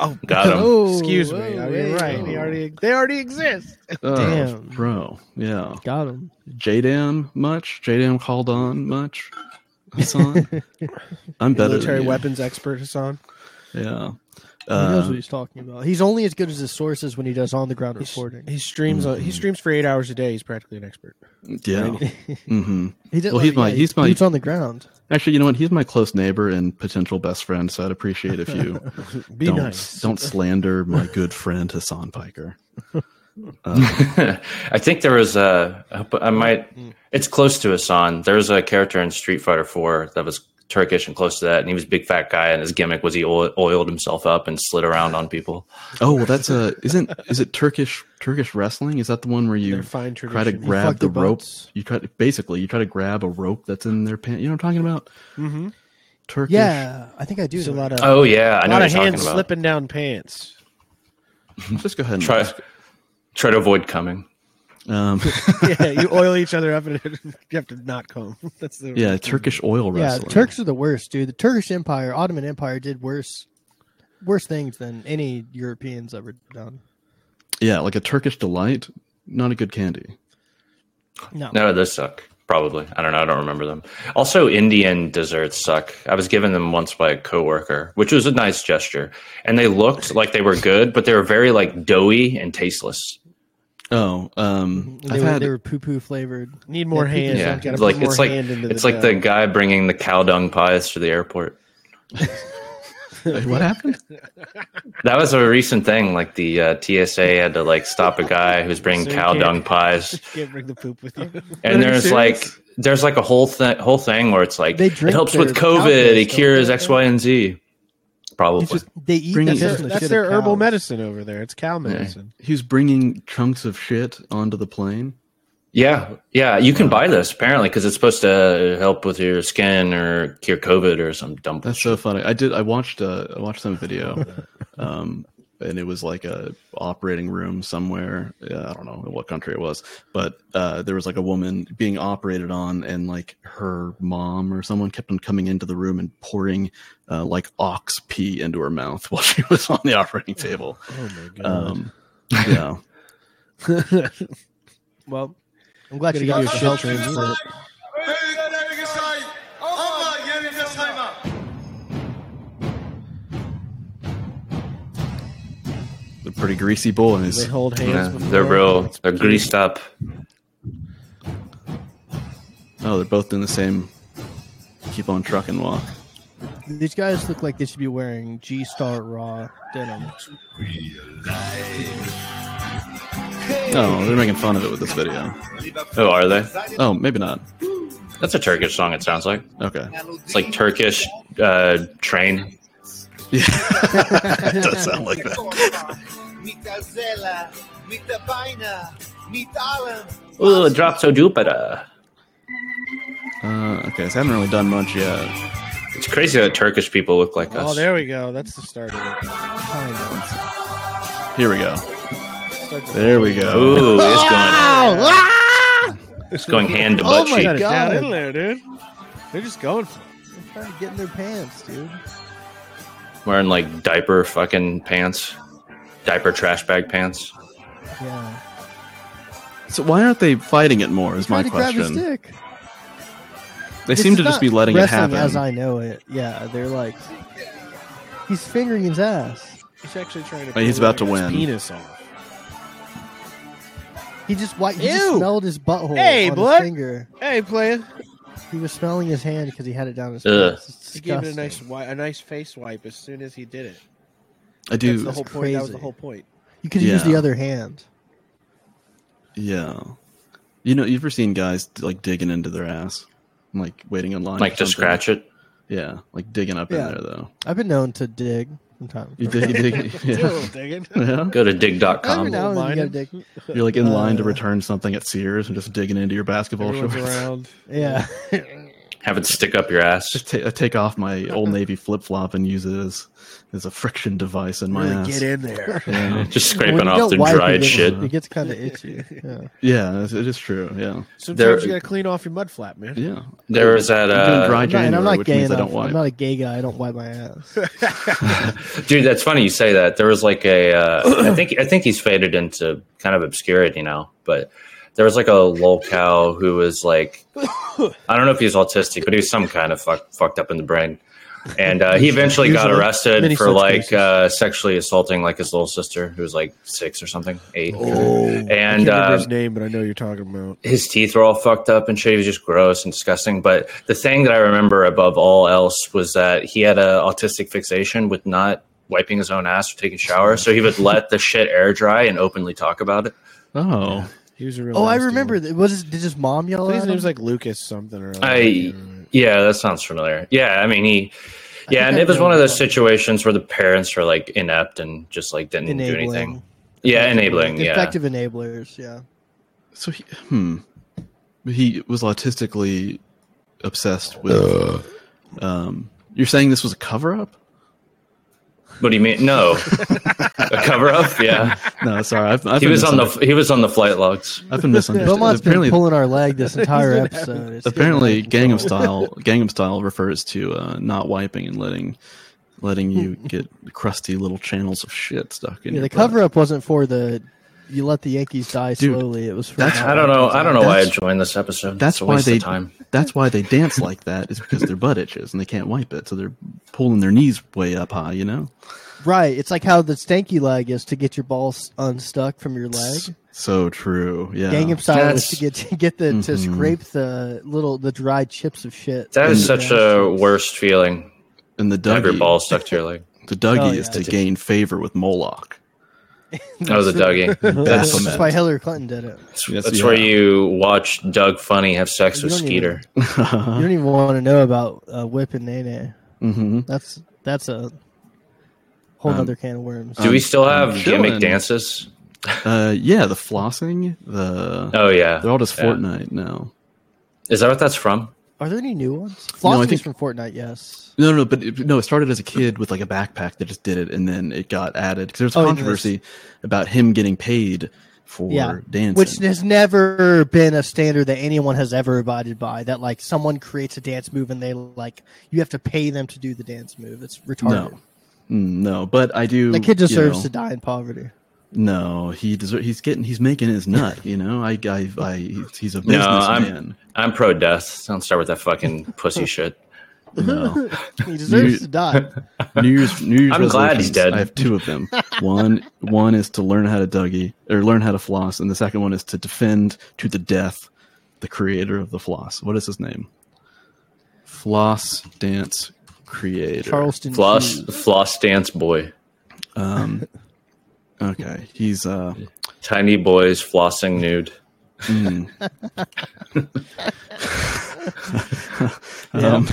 Oh, Got him. Oh, excuse me. whoa, I mean, hey, right? They oh. already they already exist. Oh, Damn. bro. Yeah, Got him. J-Dam much? J-Dam called on much? Hassan, I'm better. than Military you. weapons expert Hassan. Yeah. he knows Uh, what he's talking about. He's only as good as his sources when he does on the ground He's- reporting. He streams uh, he streams for eight hours a day. He's practically an expert. Mm-hmm. yeah. hmm He did, Well, he's my- he's my- boots on the ground. Actually, you know what? He's my close neighbor and potential best friend, so I'd appreciate if you Be don't nice. don't slander my good friend Hassan Piker. Uh, I think there was a. I hope- I might. Oh, hmm. It's close to Hassan. There was a character in Street Fighter Four that was Turkish and close to that, and he was a big fat guy, and his gimmick was he oil, oiled himself up and slid around on people. Oh well, that's a isn't is it Turkish Turkish wrestling? Is that the one where Their you fine try to tradition. grab fuck the the rope? butts. You try to basically you try to grab a rope that's in their pants. You know what I'm talking about? Mhm. Mm-hmm. Turkish. Yeah, I think I do. There's a know. lot of Oh yeah, I a know what lot of you're talking hands about. slipping down pants. Just go ahead and Try try to avoid coming. Um, yeah, you oil each other up and you have to not comb. That's the yeah, Turkish oil yeah. wrestling. the Turks are the worst, dude. The Turkish Empire, Ottoman Empire, did worse, worse things than any Europeans ever done. Yeah, like a Turkish delight. Not a good candy. No, No, those suck. Probably. I don't know. I don't remember them. Also, Indian desserts suck. I was given them once by a coworker, which was a nice gesture. And they looked like they were good, but they were very like doughy and tasteless. Oh, um, they, I've were, had they were poo-poo flavored. need more Yeah, hands. Yeah, I've gotta it's like put more it's like hand into it's like the guy bringing the cow dung pies to the airport. what happened? That was a recent thing. Like the uh, TSA had to like stop a guy who's bringing So you cow can't- dung pies, Can't bring the poop with you. and Are you there's like serious? there's like a whole thing whole thing where it's like They it drink helps their with cow COVID, piss, it don't cures they? X, Y, and Z. Probably. It's just They eat Bring that it- shit That's, from the that's shit their of herbal cows. medicine over there. It's cow medicine. He's bringing chunks of shit onto the plane. Yeah, yeah, you can buy this apparently because it's supposed to help with your skin or cure COVID or some dumb. That's so funny. I did. I watched. Uh, I watched some video um, and it was like a operating room somewhere. Uh, I don't know in what country it was, but uh, there was like a woman being operated on, and like her mom or someone kept on coming into the room and pouring uh, like ox pee into her mouth while she was on the operating table. Oh my god. uh, Um, yeah, Oh Well, I'm glad Gotta you give got you a shell your shell transplant. the pretty greasy boys. they hold Yeah, hands. before- they're real. They're greased up. Oh, they're both in the same. Keep on trucking walk. These guys look like they should be wearing G Star Raw denim. Oh, they're making fun of it with this video. Oh, are they? Oh, maybe not. That's a Turkish song. It sounds like Okay. it's like Turkish uh, train. Yeah, it does sound like that. Ooh, it drops so Jupiter. Uh, okay, so I haven't really done much yet. It's crazy that Turkish people look like Oh, us. there we go. That's the start of it. Here we go. Start the- There we go. Ooh, it's going. It's going hand to Oh butt my cheek. Got it down God. in there, dude. They're just going for it. They're trying to get in their pants, dude. Wearing like diaper fucking pants, diaper trash bag pants. Yeah. So why aren't they fighting it more? Is my Trying to grab his question. dick. They This seem is to just not be letting it wrestling happen. As I know it, yeah, they're like, he's fingering his ass. He's actually trying to. Oh, he's pull about to his win. Penis off. He just wiped. He just Ew. smelled his butthole Hey, on blood. his finger. Hey, player. He was smelling his hand because he had it down his. Ugh. pants. It's He gave it a nice, disgusting. wi- a nice face wipe as soon as he did it. I That's do. the whole That's point. That was the crazy. whole point. You could use Yeah. the other hand. Yeah. You know, you've ever seen guys like digging into their ass, like waiting in line, Like or to something? scratch it. Yeah, like digging up Yeah. in there though. I've been known to dig sometimes. You dig, you dig, Do a yeah. little digging. yeah. Go to Every dig.com. now and then you gotta Lining. dig. You're like in line to Uh, return something at Sears and just digging into your basketball Everyone's shorts. around. Yeah. Have it stick up your ass. Just ta- I take off my old navy flip flop and use it as as a friction device in my really ass. get in there. Yeah, Just When scraping you off don't the wipe, it dried gets- shit. It gets kind of itchy. Yeah. yeah, it's- it is true. Yeah, Sometimes There- you gotta clean off your mud flap, man. yeah. There was that I'm doing uh, dry I'm not, and I'm January, not which gay means I enough. don't I'm wipe. not a gay guy. I don't wipe my ass. dude. That's funny you say that. There was like a uh, I think I think he's faded into kind of obscurity now, but there was like a lolcow who was like I don't know if he was autistic, but he was some kind of fuck, fucked up in the brain. And uh, he eventually got Usually. arrested Many for such like cases. uh, sexually assaulting like his little sister, who was like six or something, eight. Oh. I and can't remember uh, his name, but I know you're talking about. his teeth were all fucked up and shit. He was just gross and disgusting. But the thing that I remember above all else was that he had a autistic fixation with not wiping his own ass or taking showers. So he would let the shit air dry and openly talk about it. Oh, He was a real. Oh, I nasty remember. one. That. Was his, did his mom I yell think at his him? name's like Lucas something or. Other. I- Yeah, right. Yeah, that sounds familiar. Yeah, I mean he. think Yeah, and I it was know one of that those one. situations where the parents were like inept and just like didn't do enabling. anything. Yeah, enabling. Yeah, Effective enablers. Yeah. so he, hmm, he was autistically obsessed with. Uh. Um, you're saying this was a cover up? what do you mean? No, a cover up. Yeah, No, sorry, I've, I've he been was on the misunderstood. he was on the flight logs. I've been misunderstood. Beaumont's been apparently, pulling our leg this entire episode. It's getting apparently, out of control. Gangnam Style, Gangnam Style refers to uh, not wiping and letting letting you get crusty little channels of shit stuck in Yeah, your the butt. cover up wasn't for the. You let the Yankees die Dude, slowly. It was for. that's- I don't know. I don't know why I That's- joined this episode. That's It's a why waste they of time. that's why they dance like that is because their butt itches and they can't wipe it, so they're pulling their knees way up high. You know, Right. It's like how the stanky leg is to get your balls unstuck from your leg. so true. Yeah, Gangnam style That's- is to get to get the to Mhm. scrape the little the dry chips of shit. That is from the such ass a cheeks. worst feeling. and the To have your Dougie, ball stuck to your leg. the Dougie Oh, is yeah. to gain favor with Moloch. That was a Dougie. That's That's what why Hillary Clinton did it. Yes, That's yeah. where you watch Doug Funny have sex You with don't even- Skeeter. You don't even want to know about uh, whipping Nene. hmm That's that's a whole Um, other can of worms. Do we still have chilling. gimmick dances? Uh, yeah, the flossing, the Oh yeah, they're all just Yeah. Fortnite now. Is that what that's from? Are there any new ones? No, I Flossing think- from Fortnite, yes. No, no, but it, no. It started as a kid with like a backpack that just did it, and then it got added because there was Oh, it controversy about him getting paid for Yeah, dancing. Which has never been a standard that anyone has ever abided by. That like someone creates a dance move and they like you have to pay them to do the dance move. It's retarded. no, Mm, no. But I do. That kid you deserves know, to die in poverty. No, he deserves. He's getting. He's making his nut. You know. I. I. I he's a I'm- businessman. I'm pro death. Don't start with that fucking pussy shit. no. He deserves You- to die. New Year's New Year's I'm glad resolutions, he's dead. I have two of them. one one is to learn how to Dougie or learn how to floss, and the second one is to defend to the death the creator of the floss. What is his name? Floss dance creator. Charleston Floss, Hughes. floss dance boy. Um, okay, he's uh, Tiny boys flossing nude. mm. Uh-huh. um,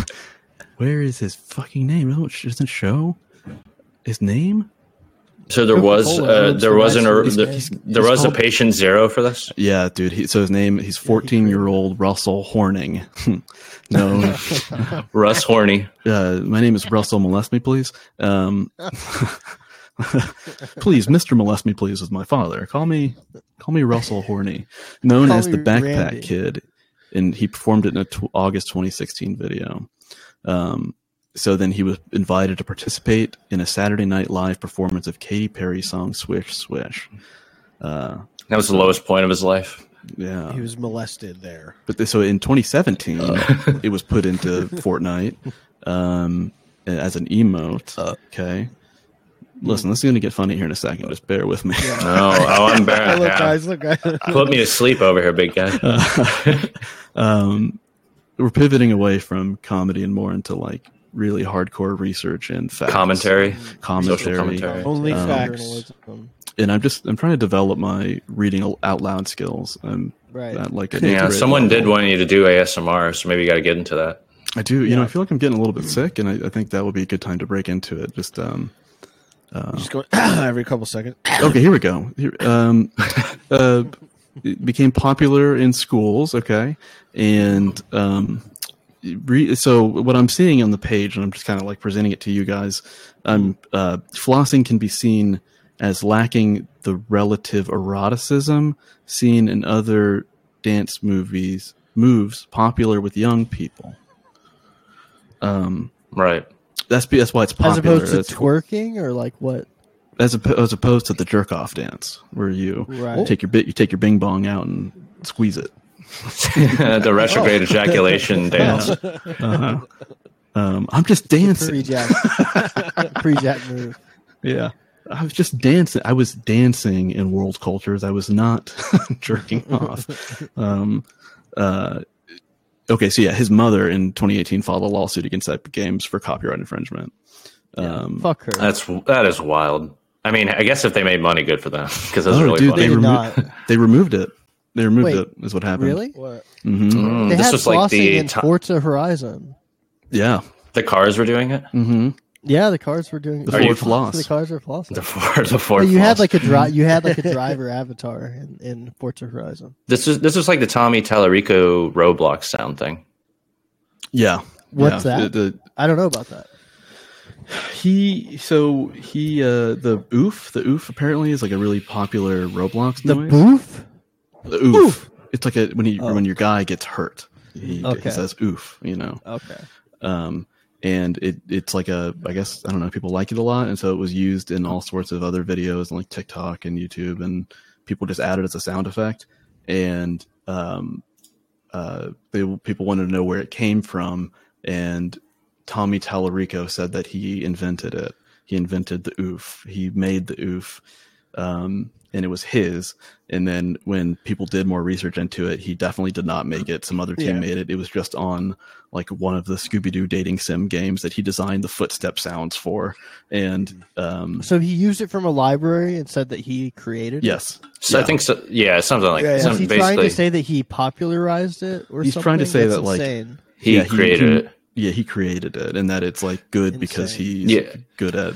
where is his fucking name? Oh, it doesn't show his name. So there was Coca-Cola uh, owns there the was an rights to or- these there, guys. there It's was a called- patient zero for this. Yeah, dude. He, so his name he's 14 year old Russell Horning. no, Russ Horny. uh, my name is Russell. Molest me, please. Um, please, Mister Molest me, please, is my father. Call me, call me Russell Horny, known Call as the me Backpack Randy. Kid, and he performed it in a tw- August 2016 video. Um, so then he was invited to participate in a Saturday Night Live performance of Katy Perry's song "Swish Swish." Uh, That was the lowest point of his life. yeah, He was molested there. But th- so in 2017, Uh. it was put into Fortnite um, as an emote. Uh. Okay. Listen, this is going to get funny here in a second. Just bear with me. No, oh, I'm barren. look, now. guys, look, guys. Put me to sleep over here, big guy. Uh, um, we're pivoting away from comedy and more into like really hardcore research and facts. Commentary. Commentary. Social commentary. Only Um, facts. And I'm just, I'm trying to develop my reading al- out loud skills. I'm Right. at like an eighth Yeah, grade someone level. did want you to do ASMR, so maybe you got to get into that. I do. You know, Yeah. I feel like I'm getting a little bit sick, and I, I think that would be a good time to break into it. Just, um, uh, Just going every couple seconds. okay, here we go. Here, um, uh, it became popular in schools. Okay, and um, re- so what I'm seeing on the page, and I'm just kind of like presenting it to you guys. Um, uh, flossing can be seen as lacking the relative eroticism seen in other dance movies moves popular with young people. Um, Right. that's that's why it's popular As opposed to That's- twerking or like what? as, oppo- as opposed to the jerk off dance where you Right. take your bit you take your bing bong out and squeeze it the retrograde ejaculation dance. uh-huh. um, i'm just dancing Pre jack. Pre jack move. yeah i was just dancing i was dancing in world cultures i was not jerking off um, uh, okay so yeah his mother in 2018 filed a lawsuit against epic games for copyright infringement um, Fuck her. That's that is wild. I mean, I guess if they made money, good for them because that's Oh, really dude, funny. they did remo- not. they removed it they removed Wait, it is what happened Really? What? hmm Mm, They this had was flossing like the in ti- Forza Horizon. yeah the cars were doing it. hmm Yeah, the cars were doing. The Ford floss. The cars were flossing. The Ford, the But Ford. you had Floss. like a dri- You had like a driver avatar in, in Forza Horizon. this is this is like the Tommy Tallarico Roblox sound thing. Yeah. What's yeah. that? The- I don't know about that. the- he so he uh the oof the oof apparently is like a really popular Roblox The noise. boof. The oof. Oof. It's like a when he Oh. when your guy gets hurt, he, he Okay. says oof. You know. Okay. Um, and it it's like a I guess I don't know people like it a lot, and so it was used in all sorts of other videos like TikTok and YouTube, and people just added it as a sound effect, and um, uh, they people wanted to know where it came from, and Tommy Tallarico said that he invented it. He invented the oof. He made the oof, um, and it was his. And then when people did more research into it, he definitely did not make it. Some other team Yeah. made it. It was just on like one of the Scooby Doo dating sim games that he designed the footstep sounds for. And um, So he used it from a library and said that he created. it? yes, So I Yeah. think so, yeah, something like Yeah, that. yeah. Was Some, Was he trying basically to say that he popularized it or He's something? trying to say That's that, like- insane. he Yeah, he- created he- it. yeah, he created it, and that it's like good because Insane. he's Yeah. good at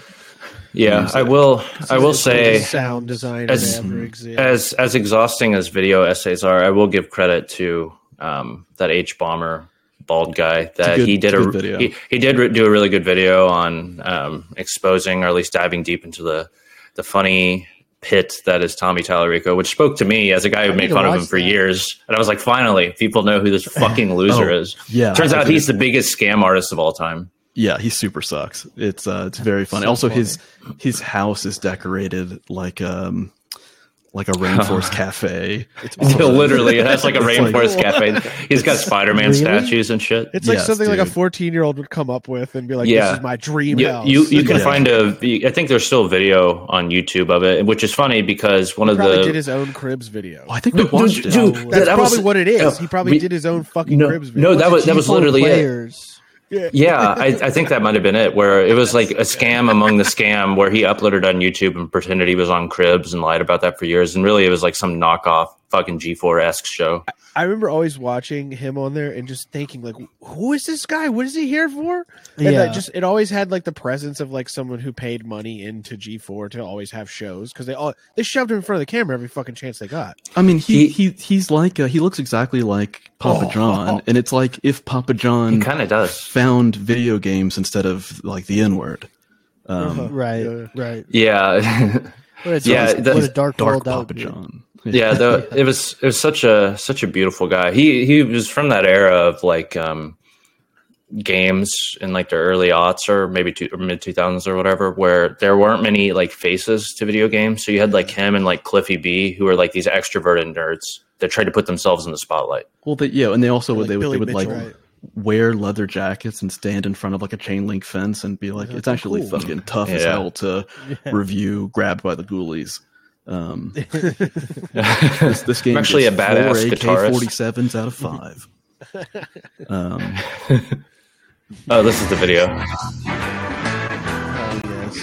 Yeah, Use I it. will. I will It's the say greatest sound designer as- that ever exists. as as exhausting as video essays are, I will give credit to um, that H bomber bald guy that good- he did it's a a good video. he, he did re- do a really good video on um, exposing or at least diving deep into the the funny pit that is Tommy Tallarico, which spoke to me as a guy I who need made to fun of watch him for that. years, and I was like, finally, people know who this fucking loser Oh, is. Yeah, Turns out Okay. he's the biggest scam artist of all time. Yeah, he super sucks. It's uh, it's very funny. So also, his his house is decorated like um like a rainforest cafe. It's awesome. Literally, it has like a It's like- rainforest cafe. He's got Spider Man Really? statues and shit. It's like Yes, something like a dude. 14 year old would come up with and be like, Yeah. this is my dream You, house. you you can Yeah. find a. I think there's still video on YouTube of it, which is funny because one he of probably the did his own cribs video. Oh, I think we Dude, watched it. dude, dude, That's that was- probably what it is. no, he probably we- did his own fucking no, cribs video. no, that was that was G4 literally it. players. Yeah, I, I think that might have been it. Where it was like a scam among the scam, where he uploaded on YouTube and pretended he was on Cribs and lied about that for years, and really it was like some knockoff fucking G4 esque show. I remember always watching him on there and just thinking, like, who is this guy? What is he here for? And Yeah. that just it always had like the presence of like someone who paid money into G4 to always have shows because they all they shoved him in front of the camera every fucking chance they got. I mean, he, he he's like uh, he looks exactly like Papa Oh. John, and it's like if Papa He John kind of does. found video games instead of like the N word. Um, Uh-huh. Right, Yeah. right. Yeah, What a dark, Yeah, the- what a dark, Dark world that would Papa be. John. yeah the, it was it was such a such a beautiful guy he he was from that era of like um games in like the early aughts or maybe two, or mid 2000s or whatever where there weren't many like faces to video games so you had like him and like cliffy b who were like these extroverted nerds that tried to put themselves in the spotlight Well, they, yeah, and they also would Like they would, Billy they would like Mitchell. Right. wear leather jackets and stand in front of like a chain link fence and be like, Yeah, it's actually cool. fucking tough as Yeah. hell to review grabbed by the ghoulies. Um, this, this game I'm actually gets a badass four guitarist. AK-47s out of five. um, oh this is the video Oh, yes.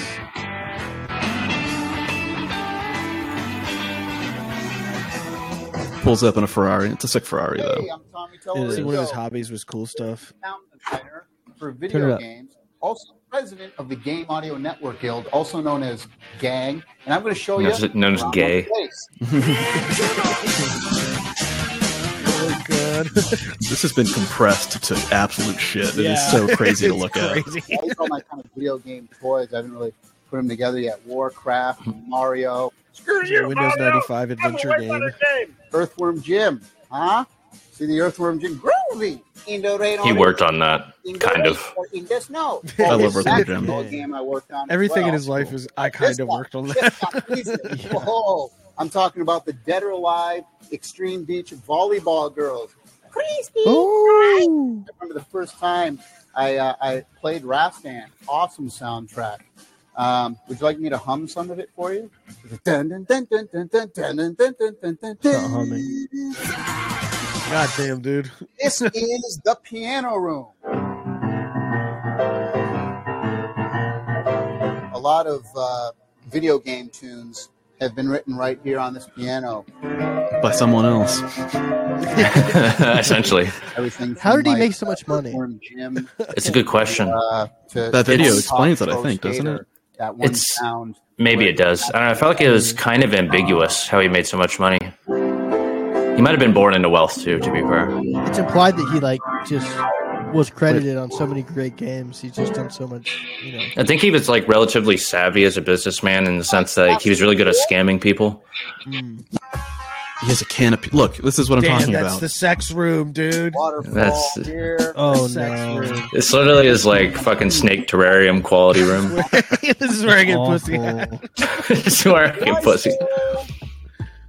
pulls up in a Ferrari. It's a sick Ferrari though. Hey, I'm Tommy See, one of his Tallarico, hobbies was cool stuff. Mountain Center Turn for it video up. games, also president of the Game Audio Network Guild, also known as GANG. And I'm going to show known you. as, known as around gay the place. Oh god. This has been compressed to absolute shit. It is so crazy to look at. I use all my kind of video game toys. I haven't really put them together yet. Warcraft, Mario, Windows 95 adventure game. Earthworm Jim. Huh? See the Earthworm Jim? Groovy! In the rain he on- worked on that in the kind rain of. or In the snow. I love This Earthworm basketball Jim. game I worked on as Everything in well. his life is I This kind of one, worked on this that. one, please. Whoa. I'm talking about the Dead or Alive Extreme Beach Volleyball Girls. Crispy. Oh, I remember the first time I, uh, I played Rastan. Awesome soundtrack. Um, would you like me to hum some of it for you? Dun, dun, dun, dun, dun, dun, dun, dun, dun, dun, dun, dun, Stop dun. humming. God damn, dude. This is the piano room. A lot of uh, video game tunes have been written right here on this piano. By someone else. Essentially, Everything. How from, did he like, make so much money? Earthworm Jim, it's a good question. uh, to That video Tony explains Hawk's it, I Pro think, doesn't Skater, That one It's- sound. Maybe it does. I don't know. I felt like it was kind of ambiguous how he made so much money. He might have been born into wealth too, to be fair. It's implied that he like just was credited on so many great games. He's just done so much, you know. I think he was like relatively savvy as a businessman in the sense that like, he was really good at scamming people. He has a canopy. Look, this is what I'm Hmm. Damn, talking that's about. the sex room, dude. Waterfall That's- here. Oh sex no! room. It's literally his like fucking snake terrarium quality room. this is where I get pussy. Awful. it's where I get pussy.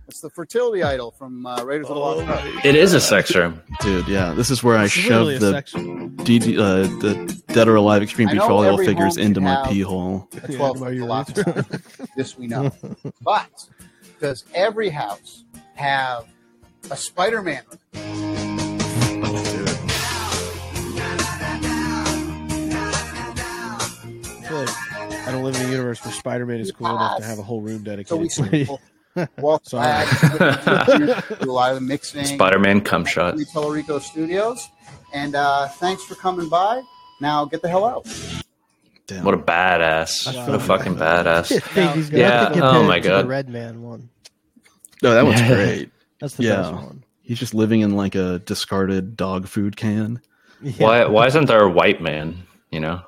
It's the fertility idol from uh, Raiders of the Lost Ark. Oh, It is a sex room. Dude, yeah. This is where I It's literally shoved a the sex room. DD, uh, the Dead or Alive Extreme I Beach know Volleyball every figures home into my should pee have- hole. a 12 foot lockdown. this we know. But does every house have a Spider Man? I feel like I don't live in a universe where Spider Man is cool enough to have a whole room So dedicated. we to it. still walk Sorry. back, do a lot of the mixing. Spider Man cum at shot. the Puerto Rico Studios. And uh, thanks for coming by. Now get the hell out. Damn. What a badass. What a fucking badass. think he's gonna Yeah, have to oh compare my it to God. The Red Man one. no, that one's Yeah. great. That's the Yeah. best one. He's just living in like a discarded dog food can. Why why isn't there a white man? You know?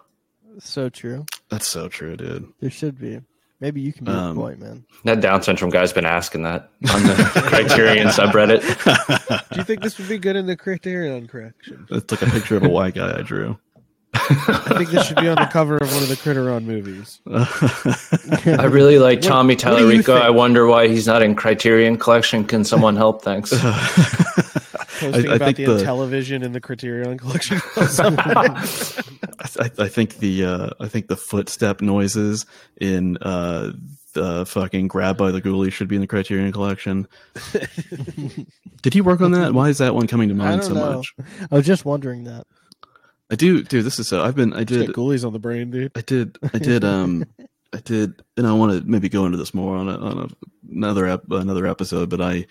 So true. That's so true, dude. There should be. Maybe you can be Um, a white man. That Down syndrome guy's been asking that on the Criterion subreddit. Do you think this would be good in the Criterion correction? It's like a picture of a white guy I drew. I think this should be on the cover of one of the Criterion movies. I really like What- Tommy what do you Tallarico. think? I wonder why he's not in Criterion Collection. Can someone help? Thanks. Posting I about think the, the- television in the Criterion collection. I, I think the uh, I think the footstep noises in uh, the fucking grab by the ghoulie should be in the Criterion collection. Did he work on that? Why is that one coming to mind don't so know. much? I was just wondering that. I do, dude. This is so. I've been. I Just did. get ghoulies on the brain, dude. I did. I did. Um, I did, and I want to maybe go into this more on a, on a, another ep, another episode. But I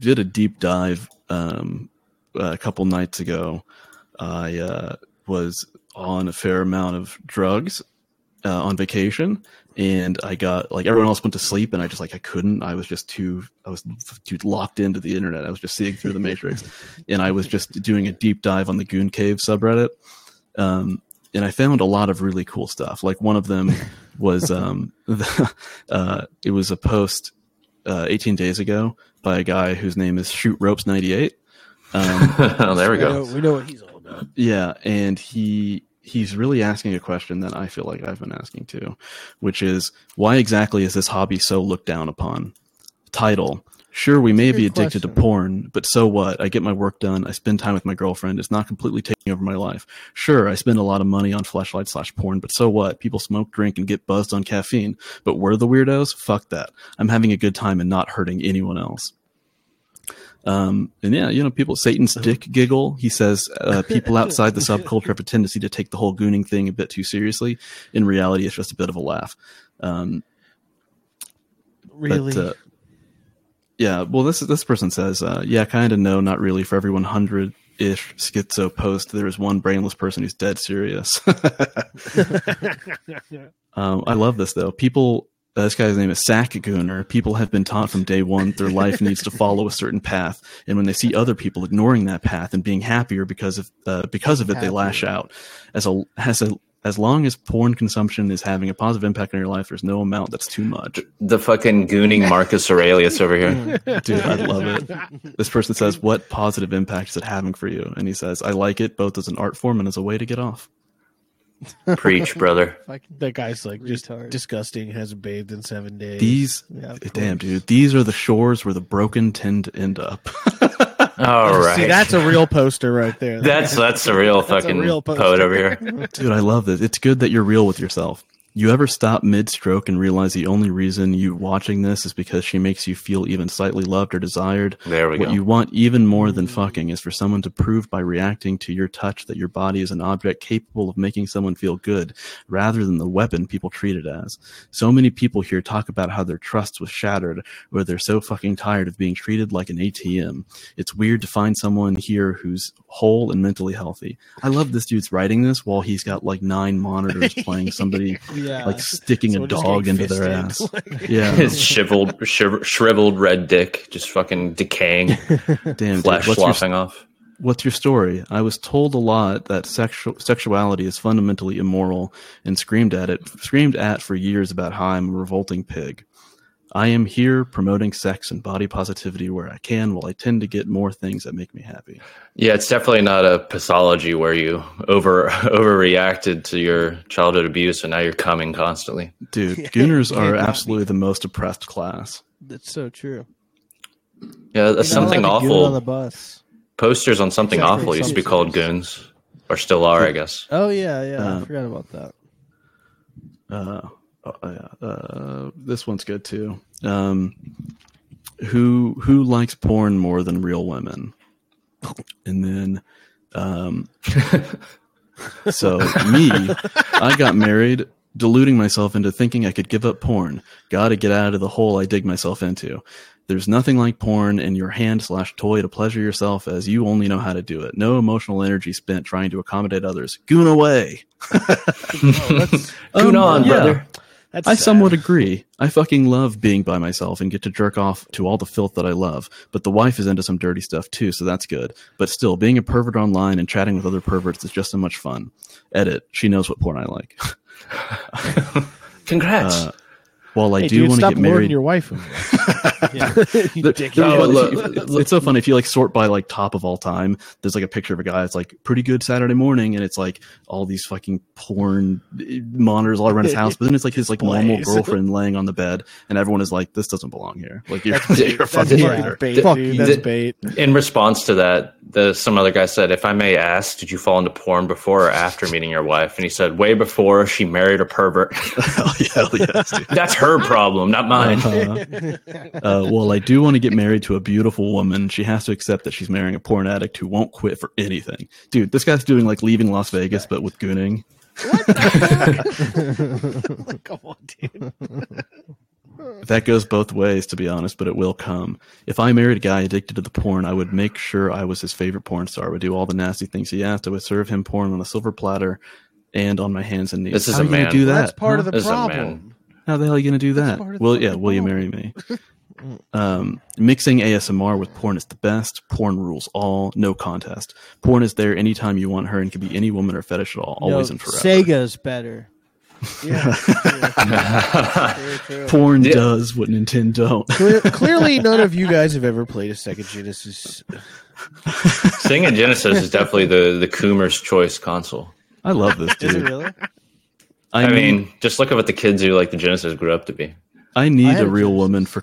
did a deep dive um, a couple nights ago. I uh, was on a fair amount of drugs uh, on vacation, and I got like everyone else went to sleep, and I just like I couldn't. I was just too. I was too locked into the internet. I was just seeing through the matrix, and I was just doing a deep dive on the Goon Cave subreddit. Um, and I found a lot of really cool stuff. Like one of them was um, the, uh, it was a post uh, 18 days ago by a guy whose name is Shoot Ropes 98. Um, oh, there we We know, go. we know what he's all about. yeah, and he he's really asking a question that I feel like I've been asking too, which is why exactly is this hobby so looked down upon? Title. Sure, we may That's a be good addicted to question. porn, but so what? I get my work done. I spend time with my girlfriend. It's not completely taking over my life. Sure, I spend a lot of money on flashlight slash porn, but so what? People smoke, drink, and get buzzed on caffeine. But we're the weirdos? Fuck that. I'm having a good time and not hurting anyone else. Um, and yeah, you know, people, Satan's dick giggle. He says uh, people outside the subculture have a tendency to take the whole gooning thing a bit too seriously. In reality, it's just a bit of a laugh. Um, Really? uh, yeah. Well, this this person says, uh, yeah, kind of no, not really. For every 100 ish schizo post, there is one brainless person who's dead serious. Um, I love this though. People, uh, this guy's name is Sack Gooner. People have been taught from day one their life needs to follow a certain path, and when they see other people ignoring that path and being happier because of uh, because of it, they lash out. As a as a as long as porn consumption is having a positive impact on your life, there's no amount that's too much. The fucking gooning Marcus Aurelius over here. Dude, I love it. This person says, "What positive impact is it having for you?" And he says, "I like it both as an art form and as a way to get off." uh, Preach, brother. Fucking- that guy's like just Retard. disgusting. Hasn't bathed in seven days. These, Yeah, of damn course. dude, these are the shores where the broken tend to end up. All right. See, that's a real poster right there. that's that's the real a fucking real poster. poet over here. Dude, I love this. It's good that you're real with yourself. You ever stop mid stroke and realize the only reason you watching this is because she makes you feel even slightly loved or desired? There we what go. you want even more than fucking is for someone to prove by reacting to your touch that your body is an object capable of making someone feel good rather than the weapon people treat it as. So many people here talk about how their trust was shattered or they're so fucking tired of being treated like an ATM. It's weird to find someone here who's whole and mentally healthy. I love this dude's writing this while he's got like nine monitors playing somebody Yeah. like sticking a Someone just dog getting into their ass. fisted. Like- Yeah. His shriveled, shriv- shriveled red dick just fucking decaying, Damn. dude, flesh what's your sloughing off. What's your story? I was told a lot that sexual sexuality is fundamentally immoral and screamed at it screamed at for years about how I'm a revolting pig. I am here promoting sex and body positivity where I can while I tend to get more things that make me happy. Yeah, it's definitely not a pathology where you over overreacted to your childhood abuse and now you're coming constantly. Dude, Yeah, gooners yeah, are got me. absolutely the most oppressed class. That's so true. Yeah, that's You're not something allowed to get awful. on the bus. Posters on something Exactly. awful used to be called goons, or still are, I guess. Oh yeah, yeah. Uh, I forgot about that. uh, uh, uh, this one's good too. Um, who who likes porn more than real women? And then, um, so me, I got married, deluding myself into thinking I could give up porn. Got to get out of the hole I dig myself into. There's nothing like porn and your hand slash toy to pleasure yourself as you only know how to do it. No emotional energy spent trying to accommodate others. Goon away. Oh, Goon Um, on, yeah. brother. That's I sad. somewhat agree. I fucking love being by myself and get to jerk off to all the filth that I love. But the wife is into some dirty stuff too, so that's good. But still, being a pervert online and chatting with other perverts is just so much fun. Edit. She knows what porn I like. Congrats. Uh, while I Hey, do dude, want to stop get lording married, your wife. over it. You There- dickhead. there- No, but look- if you- it's- it's so funny if you like sort by like top of all time. There's like a picture of a guy. It's like pretty good Saturday morning, and it's like all these fucking porn eh, monitors all around his house. But then it's like his like normal Blaze. girlfriend laying on the bed, and everyone is like, "This doesn't belong here." Like you're, That's bait. you're a That's fucking fucking traitor. bait, Fuck dude. you. That's bait. In response to that, the, some other guy said, "If I may ask, did you fall into porn before or after meeting your wife?" And he said, "Way before she married a pervert. Hell yeah, hell yes, dude. That's her problem, not mine." Uh-huh. Uh, well, I do want to get married to a beautiful woman. She has to accept that she's marrying a porn addict who won't quit for anything. Dude, this guy's doing like leaving Las Vegas, but with gooning. Like, come on, dude. That goes both ways, to be honest, but it will come. If I married a guy addicted to the porn, I would make sure I was his favorite porn star. I would do all the nasty things he asked. I would serve him porn on a silver platter and on my hands and knees. This is How a are you gonna man. do Well, that? that's part huh? of the This is a man. problem. How the hell are you going to do That's that? part of the Well, yeah, fucking will you marry me? Um, mixing ASMR with porn is the best. Porn rules all. No contest. Porn is there anytime you want her and can be any woman or fetish at all, always No, and forever. Sega's better. Yeah. Very true. Porn Yeah. does what Nintendo don't. Cle- clearly, none of you guys have ever played a Sega Genesis. Sega Genesis is definitely the the Coomer's choice console. I love this Is it dude. really? I, I mean, mean, just look at what the kids who like the Genesis grew up to be. I I need had a a real woman for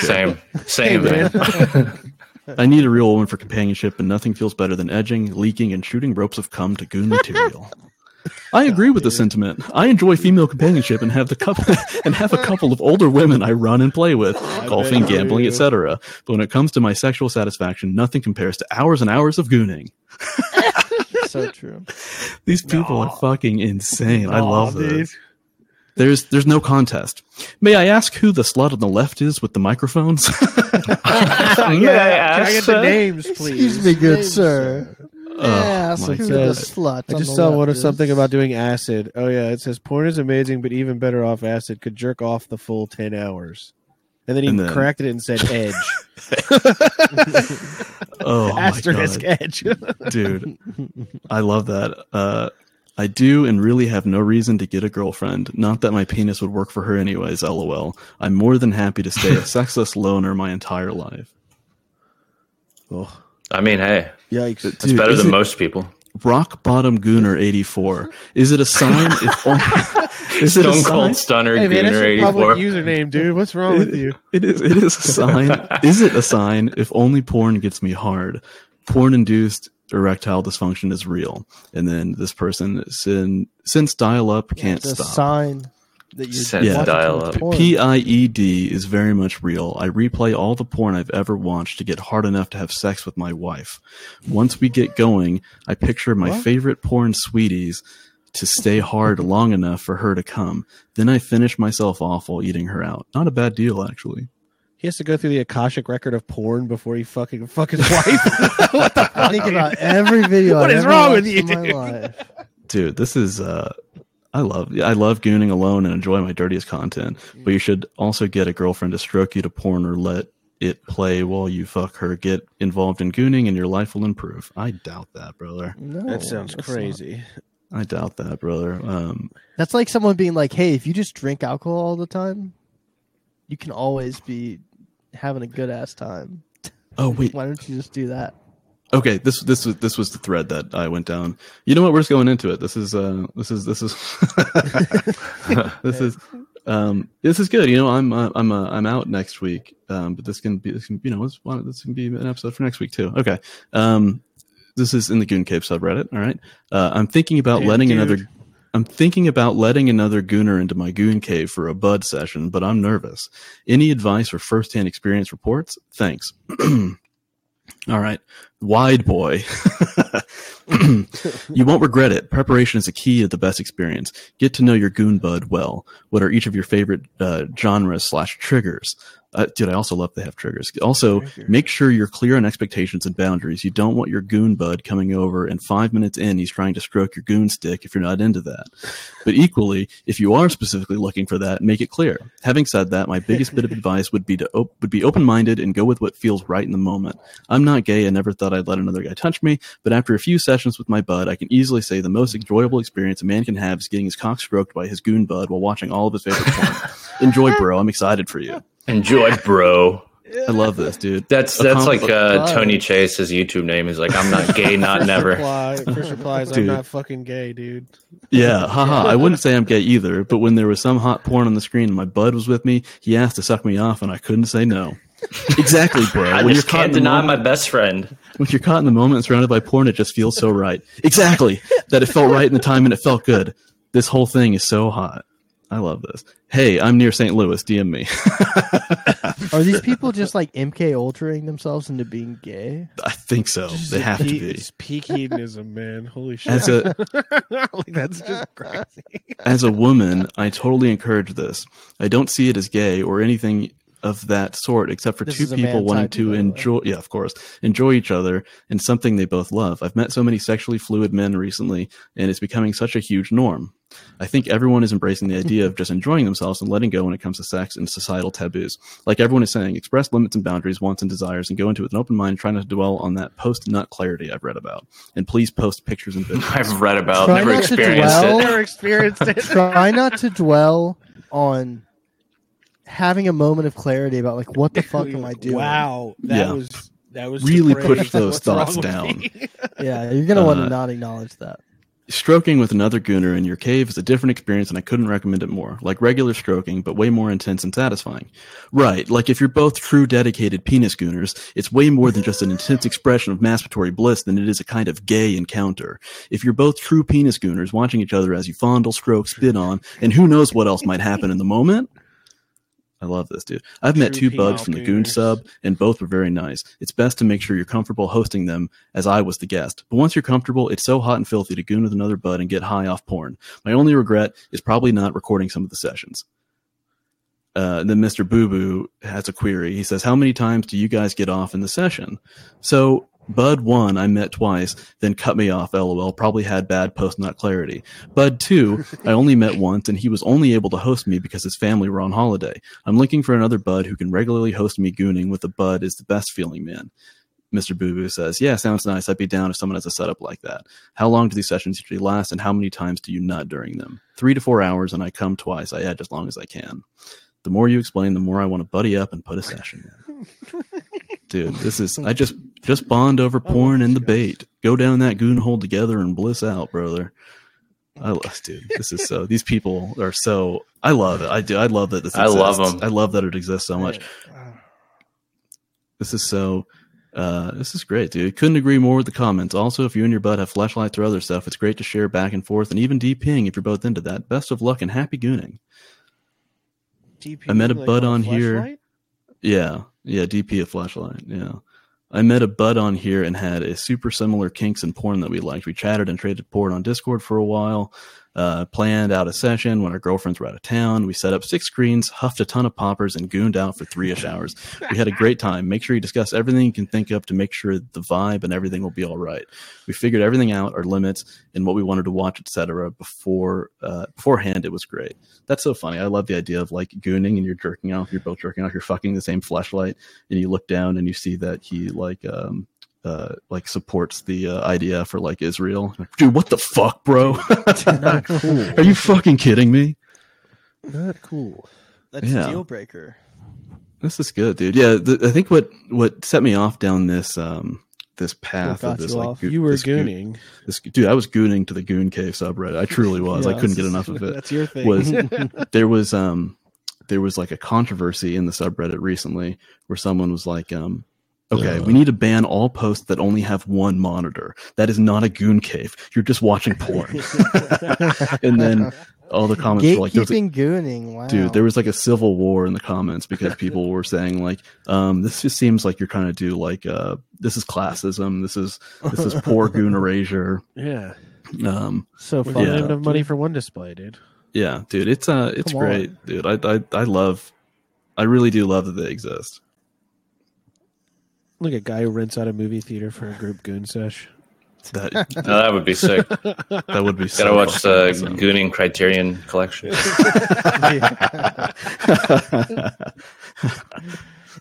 Same, same, Hey, man. man. I need a real woman for companionship, and nothing feels better than edging, leaking, and shooting ropes of cum to goon material. I Oh, agree with the sentiment. I enjoy female companionship and have the couple and have a couple of older women I run and play with, golfing, bet you gambling, do. etc. But when it comes to my sexual satisfaction, nothing compares to hours and hours of gooning. So true. These people Nah. are fucking insane. I Aw, love this. dude. There's there's no contest. May I ask who the slut on the left is with the microphones? May I Can I ask, get sir? the names, please? Excuse me, good Names, sir. yeah, Oh, so my who's God. the slut? I on just the saw left one of is- something about doing acid. Oh yeah, it says porn is amazing, but even better off acid. Could jerk off the full ten hours, and then he And then- corrected it and said edge, oh my asterisk God. edge. dude i love that uh i do and really have no reason to get a girlfriend not that my penis would work for her anyways lol i'm more than happy to stay a sexless loner my entire life oh, I mean, hey, yikes! it's Dude, better is than it most people. rock bottom gooner 84 is it a sign if only, is it a Stone sign Cold Stunner hey man, that's Gooner your eighty public four. username, dude. What's wrong with you? It is. It is a sign. is it a sign? If only porn gets me hard. Porn-induced erectile dysfunction is real. And then this person sin, since dial-up can't It's a stop. sign that you're Since Yeah. dial-up. porn. P I E D is very much real. I replay all the porn I've ever watched to get hard enough to have sex with my wife. Once we get going, I picture my What? favorite porn sweeties to stay hard long enough for her to come. Then I finish myself off while eating her out. Not a bad deal, actually. He has to go through the akashic record of porn before he fucking fuck his wife. what the fuck? Think about every video. What I've is ever wrong with watched you, in my dude? life. Dude, this is uh I love I love gooning alone and enjoy my dirtiest content. But you should also get a girlfriend to stroke you to porn or let it play while you fuck her. Get involved in gooning and your life will improve. I doubt that, brother. No, That sounds that's crazy. I doubt that, brother. Um, not- That's like someone being like, "Hey, if you just drink alcohol all the time, you can always be having a good ass time. oh wait, Why don't you just do that?" okay. This this was this was the thread that I went down. You know what? We're just going into it. This is uh, this is this is this is um, this is good. You know, I'm uh, I'm uh, I'm out next week. Um, but this can be this can you know it's one this can be an episode for next week too. Okay. Um, this is in the Goon Cave subreddit. All right. Uh, I'm thinking about Damn, letting dude. another. I'm thinking about letting another gooner into my goon cave for a bud session, but I'm nervous. Any advice or firsthand experience reports? Thanks. All right. Wide boy. you won't regret it. Preparation is a key to the best experience. Get to know your goon bud well. What are each of your favorite uh, genres slash triggers? Uh, dude, I also love they have triggers. Also, make sure you're clear on expectations and boundaries. You don't want your goon bud coming over and five minutes in, he's trying to stroke your goon stick if you're not into that. But equally, if you are specifically looking for that, make it clear. Having said that, my biggest bit of advice would be to op- would be open minded and go with what feels right in the moment. I'm not gay and never thought I'd let another guy touch me, but after a few sessions with my bud, I can easily say the most enjoyable experience a man can have is getting his cock stroked by his goon bud while watching all of his favorite porn. Enjoy, bro. I'm excited for you. Enjoy, bro. I love this, dude. That's that's Accomplish- like uh, Tony Chase. His YouTube name is like I'm not gay, not never. Reply, first reply is I'm Dude. not fucking gay, dude. Yeah, haha. I wouldn't say I'm gay either, but when there was some hot porn on the screen and my bud was with me, he asked to suck me off and I couldn't say no. Exactly, bro. I when just caught in can't the deny moment- my best friend. when you're caught in the moment and surrounded by porn, it just feels so right. Exactly. That it felt right in the time and it felt good. This whole thing is so hot. I love this. Hey, I'm near St. Louis. DM me. Are these people just like MK altering themselves into being gay? I think so. They have to Peak- be. It's peak hedonism, man. Holy shit. As a like, that's just crazy. as a woman, I totally encourage this. I don't see it as gay or anything of that sort, except for This is two a people man wanting type, by the to way. enjoy, yeah, of course, enjoy each other and something they both love. I've met so many sexually fluid men recently, and it's becoming such a huge norm. I think everyone is embracing the idea of just enjoying themselves and letting go when it comes to sex and societal taboos. Like everyone is saying, express limits and boundaries, wants and desires, and go into it with an open mind, trying to dwell on that post nut clarity I've read about. And please post pictures and videos. I've read about, Try never not to experienced dwell. it. Never experienced it. Try not to dwell on having a moment of clarity about like what the fuck am I doing? Wow, that Yeah. was that was Really depraved. push those What's wrong thoughts with down. me? Yeah, you're gonna want Uh, to not acknowledge that. Stroking with another gooner in your cave is a different experience, and I couldn't recommend it more. Like regular stroking, but way more intense and satisfying. Right, like if you're both true dedicated penis gooners, it's way more than just an intense expression of masturbatory bliss than it is a kind of gay encounter. If you're both true penis gooners watching each other as you fondle, stroke, spit on, and who knows what else might happen in the moment, I love this dude. I've met True two buds penile from the Goon gooners. sub, and both were very nice. It's best to make sure you're comfortable hosting them, as I was the guest. But once you're comfortable, it's so hot and filthy to goon with another bud and get high off porn. My only regret is probably not recording some of the sessions. Uh, then Mr. Boo Boo has a query. He says, "How many times do you guys get off in the session?" So Bud one, I met twice, then cut me off. LOL. Probably had bad post nut clarity. Bud two, I only met once, and he was only able to host me because his family were on holiday. I'm looking for another bud who can regularly host me gooning with a bud is the best feeling man. Mr. Boo Boo says, Yeah, sounds nice. I'd be down if someone has a setup like that. How long do these sessions usually last and how many times do you nut during them? Three to four hours and I come twice. I edge as long as I can. The more you explain, the more I want to buddy up and put a session in. Dude, this is I just just bond over porn and the bait. Go down that goon hole together and bliss out, brother. I love, dude. This is so. These people are so. I love it. I do. I love that this. I Exists. love 'em. I love that it exists so much. This is so. Uh, this is great, dude. Couldn't agree more with the comments. Also, if you and your bud have flashlights or other stuff, it's great to share back and forth and even DPing if you're both into that. Best of luck and happy gooning. DP, I met a bud on here. flashlight? Yeah. Yeah. DP a flashlight. Yeah. I met a bud on here and had a super similar kinks in porn that we liked. We chatted and traded porn on Discord for a while, uh, planned out a session when our girlfriends were out of town. We set up six screens, huffed a ton of poppers, and gooned out for three ish hours. We had a great time. Make sure you discuss everything you can think of to make sure the vibe and everything will be all right. We figured everything out, our limits, and what we wanted to watch, etc. Before uh, beforehand, it was great. That's so funny. I love the idea of like gooning and you're jerking off, you're both jerking off, you're fucking the same flashlight, and you look down and you see that he like um uh like supports the uh, IDF or like Israel. Dude, what the fuck, bro? Are you fucking kidding me? Not cool. That's a a Yeah. deal deal breaker. This is good, dude. Yeah, th- I think what what set me off down this um this path got of this you like off? goo- You were this goo- gooning. this, dude, I was gooning to the Goon Cave subreddit. I truly was. I Yeah, couldn't this get is- enough of it. That's your thing. was there was um there was like a controversy in the subreddit recently where someone was like um okay Uh. we need to ban all posts that only have one monitor that is not a goon cave you're just watching porn and then all the comments were like there was a- Gatekeeping gooning. Wow. Dude, there was like a civil war in the comments because people were saying like, um, "This just seems like you're trying to do like, uh, this is classism. This is this is poor goon erasure." yeah, Um, so we Yeah. didn't fucked have up, enough money dude. for one display, dude. Yeah, dude, it's uh, it's Come on. great, dude. I, I I love I really do love that they exist. Look at guy who rents out a movie theater for a group goon sesh. That No, Oh, that would be sick. that would be. Gotta so watch fucking the awesome. Gooning Criterion collection.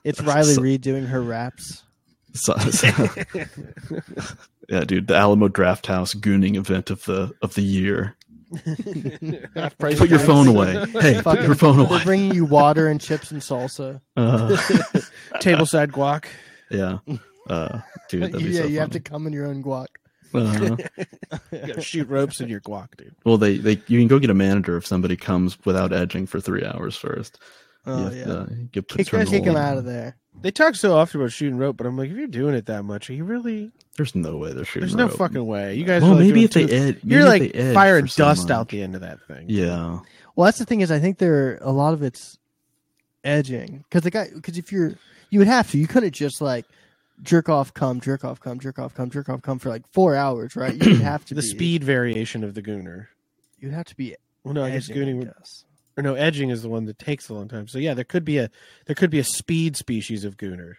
It's Riley So- Reid doing her raps. So- so- yeah, dude, the Alamo Draft House gooning event of the of the year. Put your phone away. Hey, put Fucking- your phone They're away. bringing you water and chips and salsa. Uh, Tableside guac. yeah, uh, dude, that'd be yeah, so you have to funny. come in your own guac. Uh-huh. You gotta shoot ropes in your guac, dude. Well, they they you can go get a manager if somebody comes without edging for three hours first. You Oh have yeah, to, uh, get kick, turn the kick him light out of on. there. They talk so often about shooting rope, but I'm like, if you're doing it that much, are you really? There's no way they're shooting. There's no rope. fucking way. You guys. Well, are like maybe doing if they two- ed, maybe you're if like they edge firing for dust someone. out the end of that thing. Yeah, Well, that's the thing is, I think there a lot of it's edging because the guy because if you're you would have to you couldn't just like jerk off come jerk off come jerk off come jerk off come for like four hours right you'd have to The be, speed variation of the gooner. you'd have to be Well, no, I guess edging, I gooning would guess. or no edging is the one that takes a long time. So yeah, there could be a there could be a speed species of gooner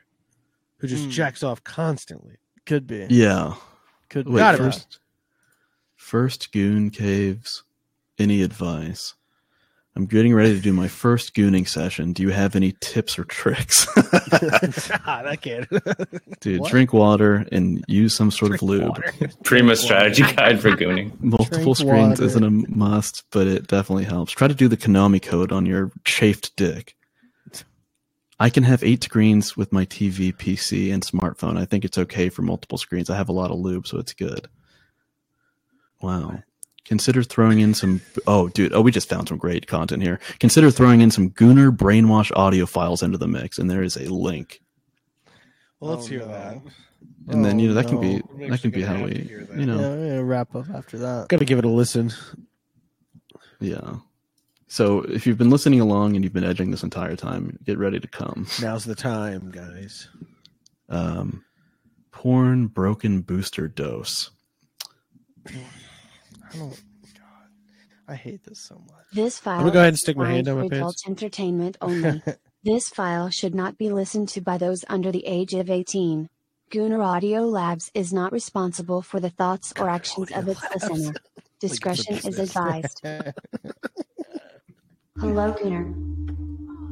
who just Hmm. jacks off constantly. could be yeah. could Wait, Gotta be. first, first goon caves. Any advice? I'm getting ready to do my first gooning session. Do you have any tips or tricks? that kid. Dude, What? drink water and use some sort of lube. Prima strategy guide for gooning. Multiple Drink screens water. isn't a must, but it definitely helps. Try to do the Konami code on your chafed dick. I can have eight screens with my TV, PC, and smartphone. I think it's okay for multiple screens. I have a lot of lube, so it's good. Wow. Consider throwing in some. Oh, dude. Oh, we just found some great content here. Consider throwing in some Gooner brainwash audio files into the mix, and there is a link. Well, let's Oh, hear no. that. And then Oh, you know that can no. be We're that can actually be gonna how have to we hear that. you know yeah we're gonna wrap up after that Gotta give it a listen. Yeah. So if you've been listening along and you've been edging this entire time, get ready to come. Now's the time, guys. Um, porn broken booster dose. I don't God I hate this so much This file I'm gonna go ahead and is stick my hand designed down my for pants. adult entertainment only. this file should not be listened to by those under the age of 18. Gooner Audio Labs is not responsible for the thoughts or actions of its listener. Discretion is advised. Hello, Gooner.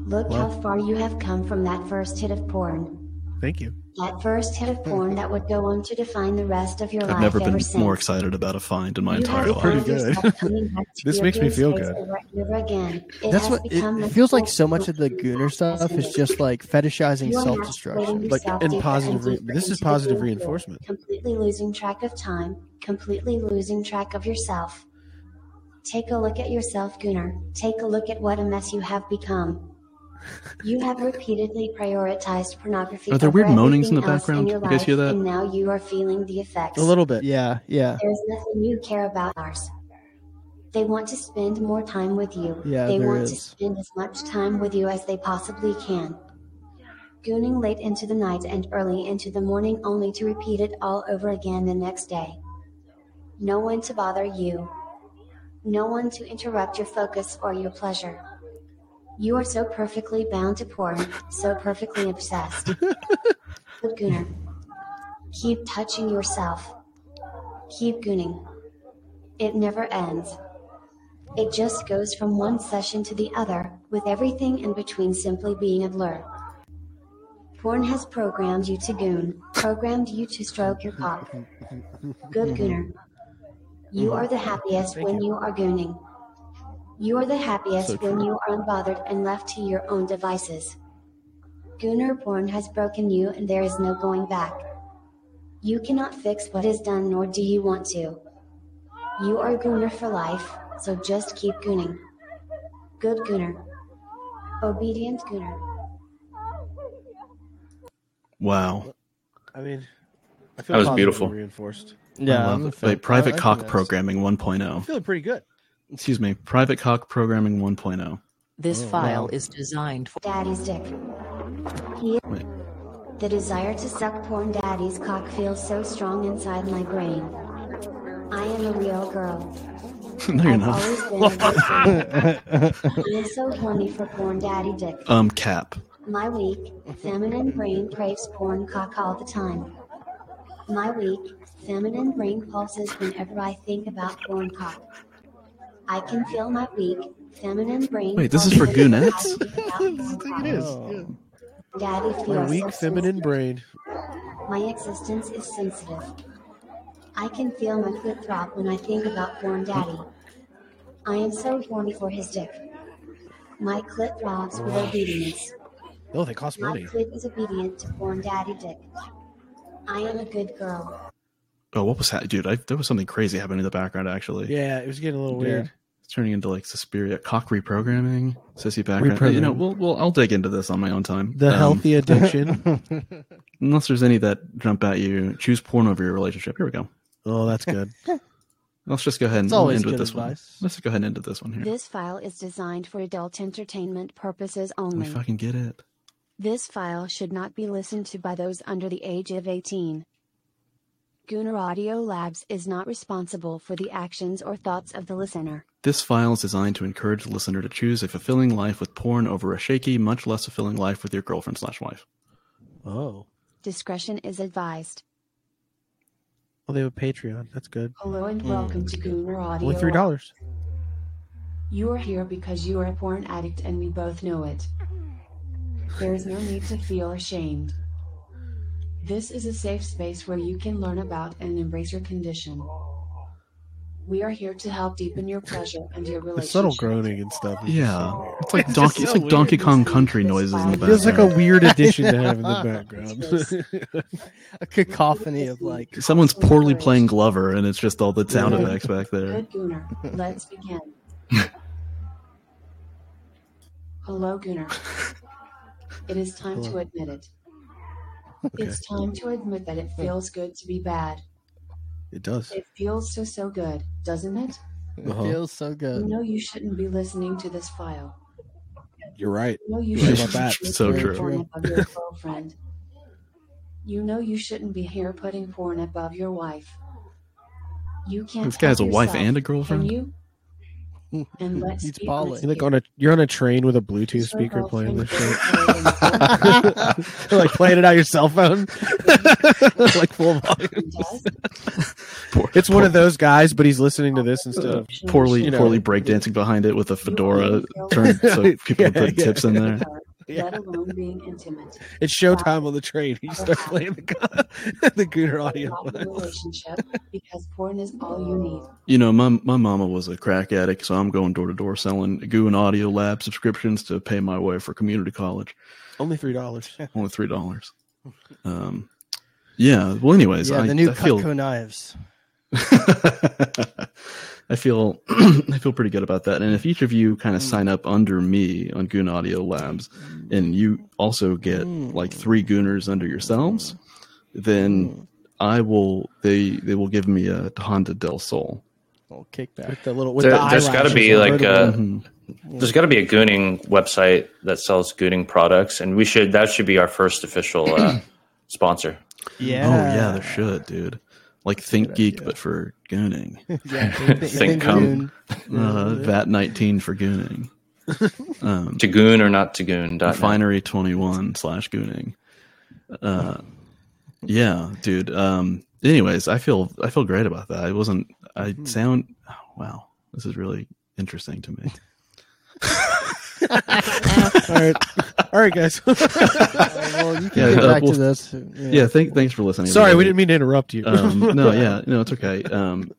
Look how far you have come from that first hit of porn. Thank you. That first hit of porn that would go on to define the rest of your life. I've never ever been since. more excited about a find in my You entire have life. Pretty found good. yourself coming back to This your makes me good feel space good. over and over again. It that's has what it, become it like feels like full so much of the gooner stuff is just like fetishizing You are not self-destruction letting Like yourself and deeper positive. Re- deeper this is into the positive game field, reinforcement. Completely losing track of time, completely losing track of yourself. Take a look at yourself, Gunnar. Take a look at what a mess you have become. You have repeatedly prioritized pornography. Are there over weird moanings in the everything else background? your You guys hear life, that? And now you are feeling the effects. A little bit. yeah yeah There's nothing you care about, Lars. They want to spend more time with you. Yeah, they there want to is. spend as much time with you as they possibly can. Gooning late into the night and early into the morning only to repeat it all over again the next day. No one to bother you. No one to interrupt your focus or your pleasure. You are so perfectly bound to porn, so perfectly obsessed. But Gooner, keep touching yourself. Keep gooning. It never ends. It just goes from one session to the other, with everything in between simply being a blur. Porn has programmed you to goon, programmed you to stroke your cock. Good gooner. You are Mm-hmm. the happiest when you. are gooning. You are the happiest So when true. you are unbothered and left to your own devices. Gooner porn has broken you and there is no going back. You cannot fix what is done nor do you want to. You are Gooner for life, so just keep gooning. Good Gooner. Obedient Gooner. Wow. I mean, I feel That was positively beautiful. Reinforced. I yeah love I'm a it. fan. Wait, private I- I cock think that's- programming I'm 1.0. feeling pretty good. Excuse me, private cock programming 1.0. This Oh, file wow. is designed for Daddy's dick. He Wait. the desire to suck porn daddy's cock feels so strong inside my brain. I am a real girl. no, you're I've not. always been a virgin. That's I'm so horny for porn daddy dick. Um, cap. My weak, feminine brain craves porn cock all the time. My weak, feminine brain pulses whenever I think about porn cock. I can feel my weak, feminine brain. Wait, this is for pulses when I goonettes? think about I porn think it cock. is. Oh. Daddy My feels weak so sensitive. feminine brain. My existence is sensitive. I can feel my foot throb when I think about porn daddy. I am so horny for his dick. My clit throbs with obedience. No, Oh, they cost My money. kid is obedient to born daddy dick. I am a good girl. Oh, what was that, dude? I, there was something crazy happening in the background. Actually, Yeah, it was getting a little Yeah. weird. it's turning into like Suspiria, cock reprogramming, sissy background. You know, Reprogramming. we'll, we'll I'll dig into this on my own time. The Um, healthy addiction. unless there's any that jump at you, choose porn over your relationship. Here we go. oh, that's good. Let's just go ahead and always end good with this one. advice. Let's go ahead and end with this one here. This file is designed for adult entertainment purposes We only. fucking get it. This file should not be listened to by those under the age of 18. Gunnar Audio Labs is not responsible for the actions or thoughts of the listener. This file is designed to encourage the listener to choose a fulfilling life with porn over a shaky, much less fulfilling life with your girlfriend slash wife. Oh. Discretion is advised. Well, Oh, they have a Patreon. That's good. Hello Hmm. and welcome to Gunnar Audio. Only three dollars. You are here because you are a porn addict and we both know it. There is no need to feel ashamed. This is a safe space where you can learn about and embrace your condition. We are here to help deepen your pleasure and your The relationship. subtle groaning and stuff. is just so Yeah. weird. It's like Donkey. just It's so like Donkey weird. Kong country noises in the It background. Feels like a weird addition to have in the background. a cacophony of like Someone's poorly playing Glover, and it's just all the sound Yeah. effects back there. Good Gunnar, let's begin. Hello, Gunnar. It is time to Hello. admit it. It's time to admit that it feels good to be bad. it does. It feels so, so good, doesn't it? it Uh-huh. feels so good. No, you shouldn't be listening to this file. You're right. No, you Right. shouldn't That's be so putting true. porn above your girlfriend. You know you shouldn't be here putting porn above your wife. You can't. This guy has a help wife yourself, and a Can girlfriend. you? And let's He's be balling. honest You're like here. on a you're on a train with a Bluetooth Is your speaker playing this shit. girlfriend better than like playing it out your cell phone. like full volume. your boyfriend does? Poor- It's one of those guys, but he's listening to this instead of You poorly shouldn't be poorly listening breakdancing behind it with a to fedora this file. turned so people Yeah, can put yeah. tips in there. Yeah. Let alone being intimate. it's showtime on the train. You start playing the gun- the Gooner audio. Not in a file. relationship because porn is all you need. You know, my my mama was a crack addict, so I'm going door to door selling goo and audio lab subscriptions to pay my way for community college. Only three dollars. Only three dollars. Um, yeah. Well, anyways, yeah, I, the new I feel Cutco knives. I feel I feel pretty good about that. And if each of you kind of sign up under me on Goon Audio Labs, and you also get like three Gooners under yourselves, then I will they they will give me a Honda Del Sol. Little kickback. With the little, with There- the there's gotta eyelashes be, and like, vertical- uh, There's got to be a gooning website that sells gooning products, and we should that should be our first official uh, sponsor. Yeah. Oh yeah, there should, dude. Like Think good Geek, idea. but for gooning. Yeah, think, Think come. moon. Uh, Vat nineteen for gooning. Um, To goon or not to goon. dot net. Refinery twenty one slash gooning. Uh, yeah, dude. Um, anyways, I feel I feel great about that. I wasn't. I Hmm. sound. oh, wow, this is really interesting to me. All right, all right, guys. Uh, well, you can Yeah, get uh, back well, to this. Yeah. Thank. Thanks for listening. Sorry, we everybody. didn't mean to interrupt you. um, no, yeah, no, it's okay. Um,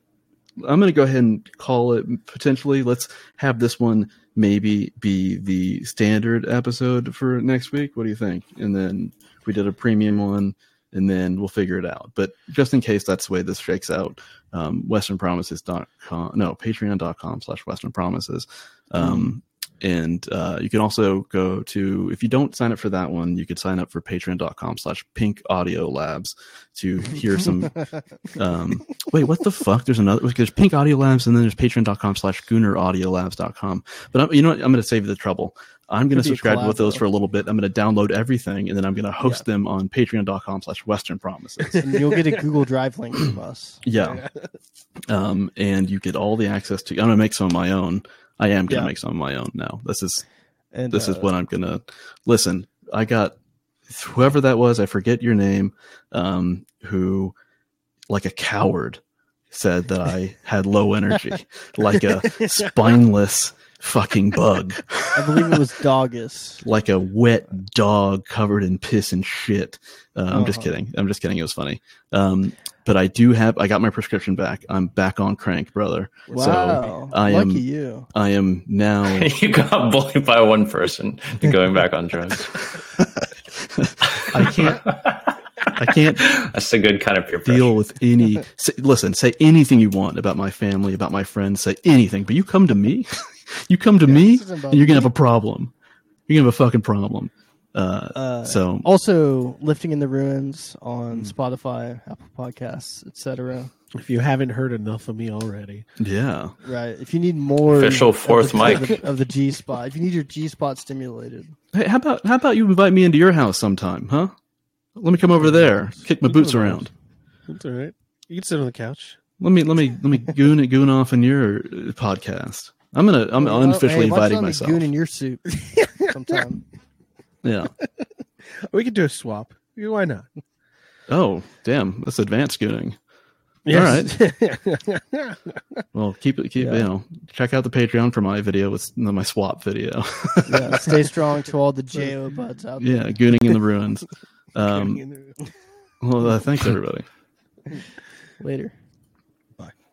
I'm going to go ahead and call it potentially. Let's have this one maybe be the standard episode for next week. What do you think? And then we did a premium one, and then we'll figure it out. But just in case that's the way this shakes out, um, westernpromises.com, no, patreon.com slash westernpromises. Um, And uh, you can also go to, if you don't sign up for that one, you could sign up for patreon.com slash pink audio labs to hear some. um, wait, what the fuck? There's another, there's pink audio labs and then there's patreon.com slash gooneraudiolabs.com. But I'm, you know what? I'm going to save the trouble. I'm going to Could be a subscribe collab, with those though. for a little bit. I'm going to download everything and then I'm going to host them on patreon.com slash western promises. and you'll get a Google Drive link from us. Yeah. Um, and you get all the access to. I'm gonna make some of my own. I am gonna Yeah. make some of my own now. This is And this is uh, what I'm gonna listen. I got whoever that was. I forget your name. Um, who like a coward said that I had low energy, like a spineless fucking bug, I believe it was Doggus. like a wet dog covered in piss and shit. Uh, I'm just Uh-huh. kidding. I'm just kidding. It was funny. Um, but I do have. I got my prescription back. I'm back on crank, brother. Wow, I am- lucky you. I am now. you got bullied by one person and going back on drugs. I can't. I can't That's a good kind of peer pressure. deal with any. Say, listen, say anything you want about my family, about my friends. Say anything, but you come to me. you come to me, This isn't about and you're gonna me. have a problem. You're gonna have a fucking problem. Uh, Uh, so Hmm. also, lifting in the ruins on Spotify, Apple Podcasts, etc. If you haven't heard enough of me already, yeah, Right. If you need more Official fourth of the, mic. of the, of the G spot, if you need your G spot stimulated, hey, how about how about you invite me into your house sometime, huh? Let me come over there, kick my boots around. that's all right. You can sit on the couch. Let me let me let me goon it goon off in your uh, podcast. I'm gonna I'm Well, unofficially Oh, hey, why don't inviting I myself. Goon in your soup sometime. Yeah. We could do a swap. Yeah, Why not? Oh, damn, that's advanced gooning. All right. Well, keep it, keep Yeah. you know, check out the Patreon for my video. It's my swap video. yeah, stay strong to all the JO buds out there. yeah, gooning in the ruins. Um, well, uh, thanks everybody. Later.